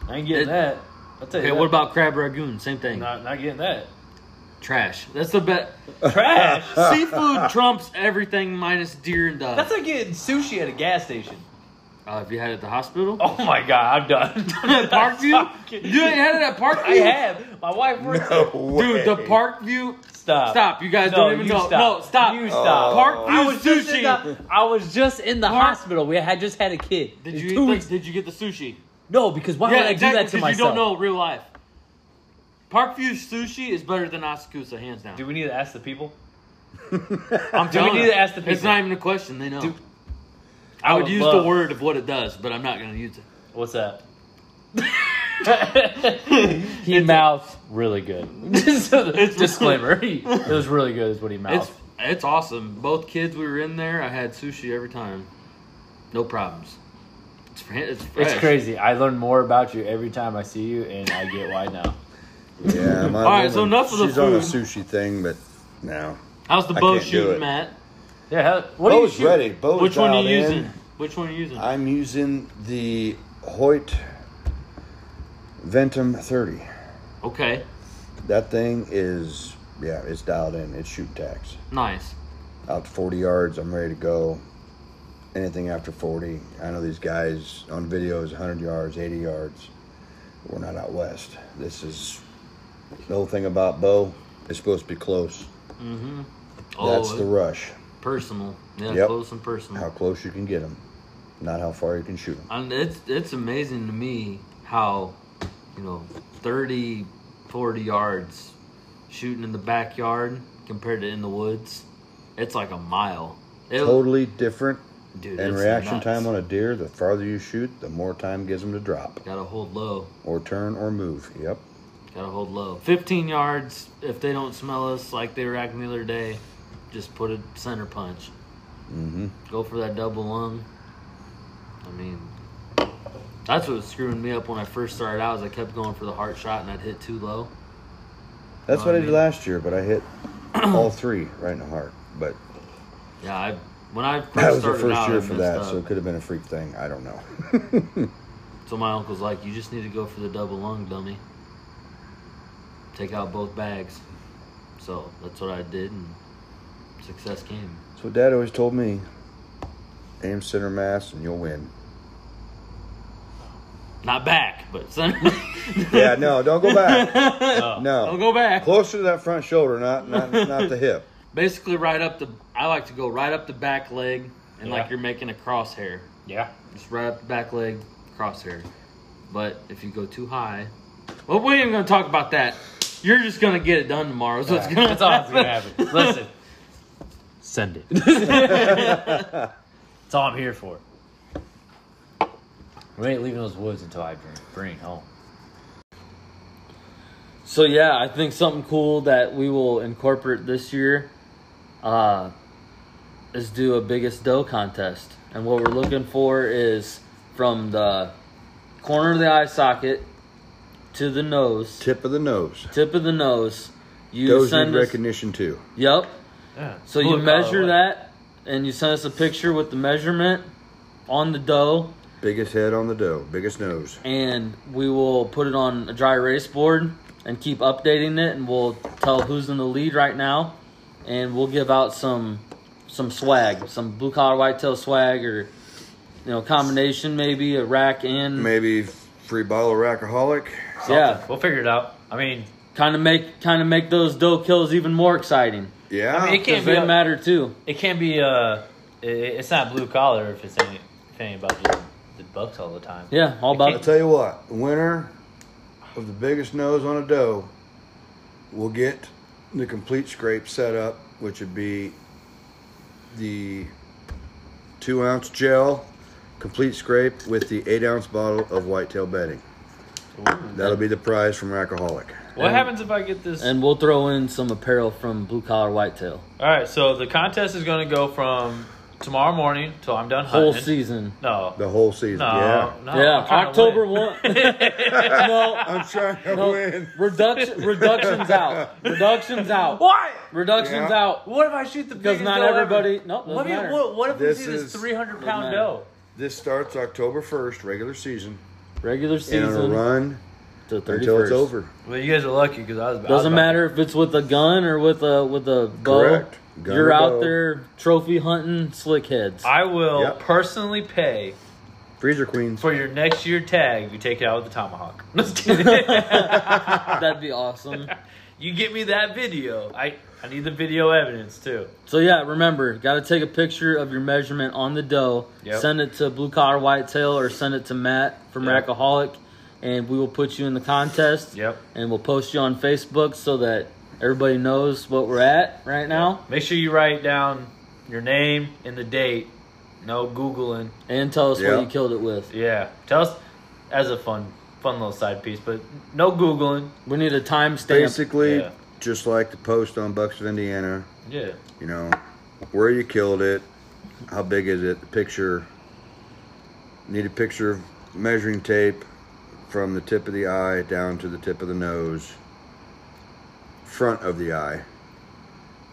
S3: I ain't getting
S2: It-
S3: that. I'll tell you.
S2: Okay,
S3: that.
S2: what about crab ragoon? Same thing.
S3: not not getting that
S2: Trash. That's the best.
S3: trash?
S2: Seafood trumps everything minus deer and duck.
S3: That's like getting sushi at a gas station.
S2: uh, if you had it at the hospital,
S3: Oh my god, I'm done. I'm done
S2: Parkview.
S3: talking.
S2: You ain't had it at Parkview.
S3: I have. My wife works.
S4: No
S3: there.
S4: way.
S2: Dude, the Parkview.
S3: Stop.
S2: Stop. You guys
S3: No,
S2: don't even
S3: you
S2: know.
S3: Stop.
S2: No, stop.
S3: You
S4: Oh.
S3: stop.
S2: Parkview
S3: I was just in
S2: sushi.
S3: the, I was just in the
S2: Park-
S3: hospital. We had just had a kid.
S2: Did
S3: It's
S2: you
S3: two
S2: eat
S3: weeks-
S2: the, Did you get the sushi?
S3: No, because why would
S2: yeah,
S3: I do
S2: exactly.
S3: that to
S2: Because
S3: myself?
S2: you don't know real life. Parkview sushi is better than Asakusa, hands down.
S3: Do we need to ask the people?
S2: I'm
S3: Do we
S2: telling
S3: need
S2: you.
S3: to ask the
S2: It's
S3: people?
S2: not even a question. They know.
S3: Do- Oh,
S2: I would
S3: would
S2: use
S3: love-
S2: the word of what it does, but I'm not going to use it.
S3: What's that? he mouths really good.
S2: It's-
S3: disclaimer. it was really good, is what he
S2: It's
S3: mouthed.
S2: it's awesome. Both kids we were in there. I had sushi every time, no problems. It's fr- it's fresh.
S3: It's, crazy. I learn more about you every time I see you, and I get why now.
S4: Yeah. My
S2: All right, so enough of the
S4: she's on a
S2: food.
S4: sushi thing, but no.
S2: How's the
S4: I
S2: bow
S4: can't do
S2: shooting,
S4: it.
S2: Matt?
S3: Yeah, how, what are you
S4: Bo's
S3: shooting?
S4: ready. Bo's
S2: Which one are you
S4: dialed in.
S2: using? Which one are you using?
S4: I'm using the Hoyt Ventum 30.
S2: okay,
S4: That thing is, yeah, it's dialed in. It's shoot tax.
S2: nice.
S4: Out to 40 yards, I'm ready to go. Anything after 40, I know these guys on videos 100 yards, 80 yards. We're not out west. This is the whole thing about bow. It's supposed to be close.
S2: Oh, Mm-hmm.
S4: That's the rush.
S2: personal. Yeah,
S4: Yep.
S2: close and personal.
S4: How close you can get them, not how far you can shoot them.
S2: And it's it's amazing to me how you know 30 40 yards shooting in the backyard compared to in the woods it's like a mile it,
S4: Totally different.
S2: dude,
S4: And
S2: it's
S4: reaction
S2: nuts.
S4: time on a deer, the farther you shoot, the more time gives them to drop
S2: gotta hold low
S4: or turn or move. Yep.
S2: gotta hold low 15 yards if they don't smell us like they were acting the other day just put a center punch
S4: Mm-hmm.
S2: go for that double lung i mean that's what was screwing me up when i first started out is i kept going for the heart shot and i'd hit too low
S4: That's
S2: Oh,
S4: what I
S2: man.
S4: did last year, but I hit all three right in the heart. But
S2: Yeah, I when I first
S4: that was the
S2: started
S4: first
S2: out, I
S4: year for
S2: messed
S4: that,
S2: up.
S4: so it
S2: So,
S4: could have been a freak thing. I don't know.
S2: my uncle's like, "You just need to go for the double lung, dummy. Take out both bags." So that's what I did, and success came.
S4: That's what Dad always told me. Aim center mass and you'll win.
S2: Not back, but son,
S4: yeah, no, don't go back.
S3: Oh.
S2: I'll
S4: No,
S2: go back.
S4: closer to that front shoulder, not not not the hip.
S2: Basically, right up the. I like to go right up the back leg, and
S3: Yeah.
S2: like you're making a crosshair.
S6: Yeah.
S2: Just right back leg crosshair. But if you go too high, well, we ain't gonna talk about that. You're just gonna get it done tomorrow. So it's gonna
S6: That's all that's gonna happen. Listen, send it. that's all I'm here for. We ain't leaving those woods until I bring bring it home.
S2: So yeah, I think something cool that we will incorporate this year uh, is do a biggest dough contest, and what we're looking for is from the corner of the eye socket to the nose, tip,
S4: Tip of the nose.
S2: of the nose. You
S4: Nose
S2: send
S4: need
S2: us.
S4: recognition too.
S2: Yep.
S3: Yeah.
S2: So
S3: Pull
S2: you
S3: the collar
S2: measure
S3: away.
S2: that, and you send us a picture with the measurement on the dough,
S4: Biggest head on the dough. Biggest nose.
S2: and we will put it on a dry erase board and keep updating it and we'll tell who's in the lead right now and we'll give out some some swag some blue collar whitetail swag or you know combination maybe a rack and
S4: Maybe free bottle of Rackaholic.
S2: yeah
S3: We'll figure it out. I mean,
S2: kind of make kind of make those dough kills even more exciting
S4: Yeah.
S3: I mean, it
S2: 'Cause
S3: can't be.
S2: they
S3: a-
S2: matter too
S3: It can't be. Uh, it, it's not blue collar if it's any, if any about the, the bucks all the time.
S2: yeah all
S4: I'll
S2: about
S4: tell you what, the winner of the biggest nose on a doe will get the complete scrape set up, which would be the two ounce gel complete scrape with the eight ounce bottle of whitetail bedding. That'll be the prize from Rackaholic.
S3: What
S2: And-
S3: happens if I get this?
S2: and we'll throw in some apparel from blue collar whitetail
S3: all right, so the contest is going to go from tomorrow morning till I'm done
S2: whole
S3: hunting.
S2: season
S3: No,
S4: The whole season.
S3: no,
S4: Yeah.
S3: no.
S2: yeah
S3: I'm trying to
S2: october
S3: win.
S2: 1 no
S4: I'm trying to
S2: No,
S4: win.
S2: reduction, reductions out. Reductions out.
S3: Why?
S2: Reductions
S4: Yeah.
S2: out.
S3: What if I shoot the
S2: Because
S3: biggest
S2: not
S3: doe ever?
S2: everybody. No, doesn't
S3: What, do you-
S2: matter.
S3: what, what if
S4: This
S3: we see
S4: is-
S3: this 300
S2: Doesn't
S3: pound
S2: matter.
S3: doe?
S4: This starts October 1st, regular season,
S2: Regular
S4: and it'll
S2: season
S4: run
S2: to thirty
S4: until it's
S2: first.
S4: over.
S3: Well, you guys are lucky because I was. I was
S2: Doesn't
S3: about-
S2: matter if it's with a gun or with a with a bow.
S4: Correct. Gun
S2: You're
S4: or
S2: out
S4: bow.
S2: there trophy hunting slick heads.
S3: I will
S4: Yep.
S3: personally pay
S4: Freezer Queens.
S3: for your next year tag if you take it out with the tomahawk. Just kidding. Ah.
S2: That'd be awesome.
S3: you get me that video. I I need the video evidence too.
S2: So yeah, remember, got to take a picture of your measurement on the dough.
S3: Yep.
S2: Send it to Blue Collar Whitetail or send it to Matt from
S3: Yep.
S2: Rackaholic, and we will put you in the contest.
S3: Yep.
S2: And we'll post you on Facebook so that everybody knows what we're at right now,
S3: Make sure you write down your name and the date. No googling.
S2: and tell us
S4: Yeah.
S2: what you killed it with.
S3: Yeah, tell us as a fun fun little side piece, but no googling.
S2: We need a timestamp.
S4: Basically,
S3: Yeah.
S4: just like the post on Bucks of Indiana,
S3: Yeah.
S4: you know, where you killed it, how big is it, the picture. Need a picture of measuring tape from the tip of the eye down to the tip of the nose, front of the eye,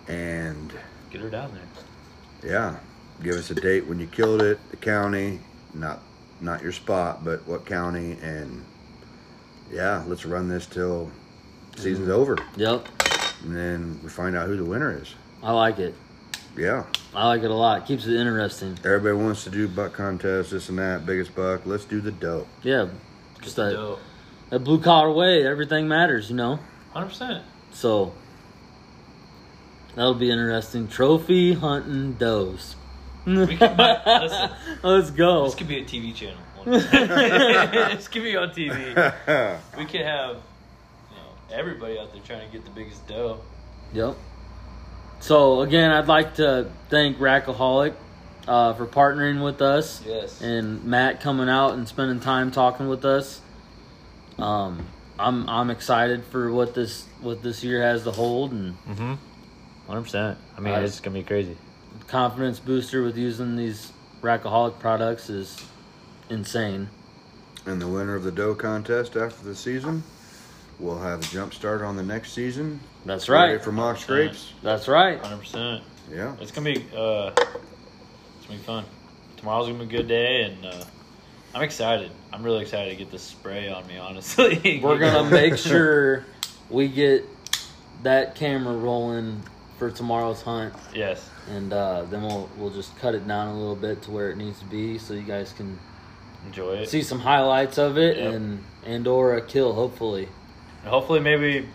S4: and
S3: Get her down there.
S4: yeah, give us a date when you killed it, the county, not not your spot, but what county, and yeah, let's run this till season's over,
S2: Yep.
S4: and then we find out who the winner is.
S2: I like it.
S4: Yeah.
S2: I like it a lot. Keeps it interesting.
S4: Everybody wants to do buck contests, this and that, biggest buck. Let's do the dope.
S2: Yeah. Just that,
S3: So,
S2: that blue collar way. Everything matters, you know.
S3: hundred percent.
S2: So that'll be interesting. Trophy hunting does.
S3: can- listen.
S2: Let's go.
S6: Oh.
S3: This could be a TV channel. one day. this could be on TV. We could have you know, everybody out there trying to get the biggest dough.
S2: Yep. So again, I'd like to thank Rackaholic uh, for partnering with us
S3: Yes.
S2: and Matt coming out and spending time talking with us. Um, I'm I'm excited for what this what this year has to hold and
S6: Mm-hmm. Hundred percent. I mean,
S2: Alright.
S6: it's gonna be crazy.
S2: confidence booster with using these Rackaholic products is insane.
S4: And the winner of the doe contest after the season will have a jump start on the next season.
S2: That's
S4: Ready
S2: right. Uh-huh.
S4: for mock scrapes.
S2: That's right.
S3: Hundred percent.
S4: Yeah.
S3: It's gonna be uh, it's gonna be fun. Tomorrow's gonna be a good day, and uh, I'm excited. I'm really excited to get this spray on me. Honestly,
S2: We're gonna make sure we get that camera rolling for tomorrow's hunt,
S3: yes,
S2: and uh, then we'll we'll just cut it down a little bit to where it needs to be, so you guys can
S3: enjoy it.
S2: see some highlights of it
S3: Yep.
S2: and and or a kill, hopefully.
S3: And hopefully, maybe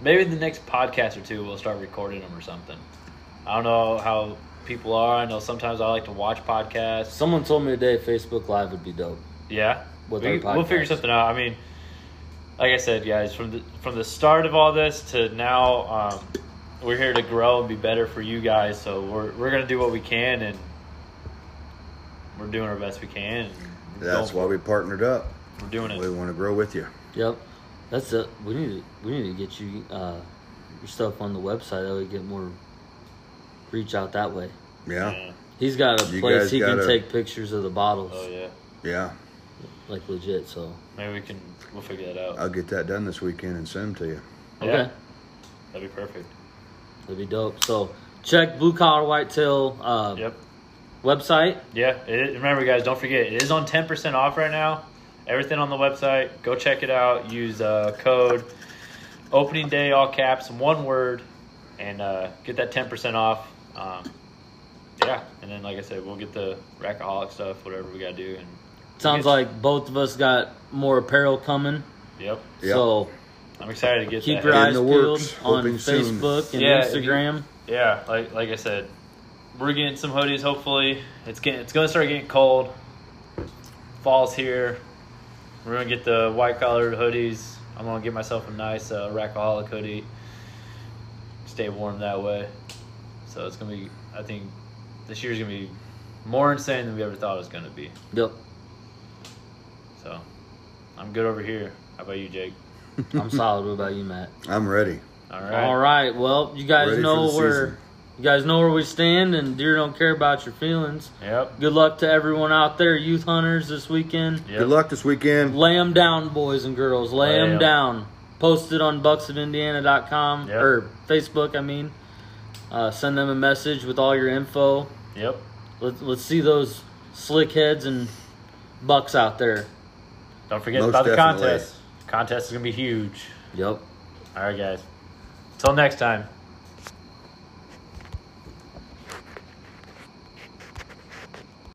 S3: maybe the next podcast or two we'll start recording them or something. I don't know how people are. I know sometimes I like to watch podcasts.
S2: Someone told me today Facebook Live would be dope.
S3: Yeah,
S2: With
S3: we,
S2: our
S3: we'll figure
S2: podcast.
S3: something out. I mean, like I said, guys, from the from the start of all this to now, um, we're here to grow and be better for you guys. So we're we're gonna do what we can, and we're doing our best we can. and we're
S4: That's
S3: going-
S4: why we partnered up.
S3: we're doing
S4: We
S3: it.
S4: want to grow with you.
S2: Yep, that's it. We need to we need to get you uh, your stuff on the website. That would get more reach out that way.
S4: Yeah,
S2: He's got a
S4: You
S2: place
S4: guys
S2: he can
S4: gotta-
S2: take pictures of the bottles,
S3: Oh yeah,
S4: yeah.
S2: like legit. So
S3: maybe we can. We'll figure that out.
S4: I'll get that done this weekend and send them to you.
S3: Yeah.
S2: okay.
S3: That'd be perfect.
S2: That'd be dope. So check Blue Collar Whitetail uh,
S4: Um,
S3: Yep.
S2: website.
S3: Yeah. It, remember, guys, don't forget it is on ten percent off right now. Everything on the website. Go check it out. Use uh, code opening day all caps one word and uh, get that ten percent off. Um, yeah, and then like I said, we'll get the rackaholic stuff, whatever we gotta do, and
S2: Sounds
S3: Yes.
S2: like both of us got more apparel coming.
S3: yep,
S4: Yep.
S2: So
S3: I'm excited to get
S2: keep
S3: that.
S2: your
S4: In
S2: eyes
S4: the
S2: peeled
S4: works.
S2: on
S4: Hoping soon.
S2: Facebook and
S3: Yeah, if you-
S2: Instagram.
S3: Yeah, like like I said, we're getting some hoodies. Hopefully, it's getting it's gonna start getting cold. Fall's here. We're gonna get the white collared hoodies. I'm gonna get myself a nice uh, rackaholic hoodie. Stay warm that way. So it's gonna be. I think this year's gonna be more insane than we ever thought it was gonna be.
S2: Yep.
S3: So I'm good over here. How about you, Jake?
S2: I'm solid. What about you, Matt?
S4: I'm ready.
S3: All
S2: All
S3: right.
S2: right. Well, you guys
S4: Ready for
S2: know
S4: the
S2: where
S4: season.
S2: you guys know where we stand, and deer don't care about your feelings.
S3: Yep.
S2: Good luck to everyone out there, youth hunters this weekend.
S3: Yep.
S4: Good luck this weekend.
S2: Lay 'em down, boys and girls. Lay 'em
S3: Lay 'em.
S2: down. Post it on bucksofindiana.com
S3: Yep.
S2: or Facebook. I mean, uh, send them a message with all your info.
S3: Yep.
S2: Let's let's see those slick heads and bucks out there.
S3: Don't forget
S4: Most
S3: about the
S4: definitely.
S3: contest. Contest is gonna be huge.
S2: Yep.
S3: All right, guys. Till next time.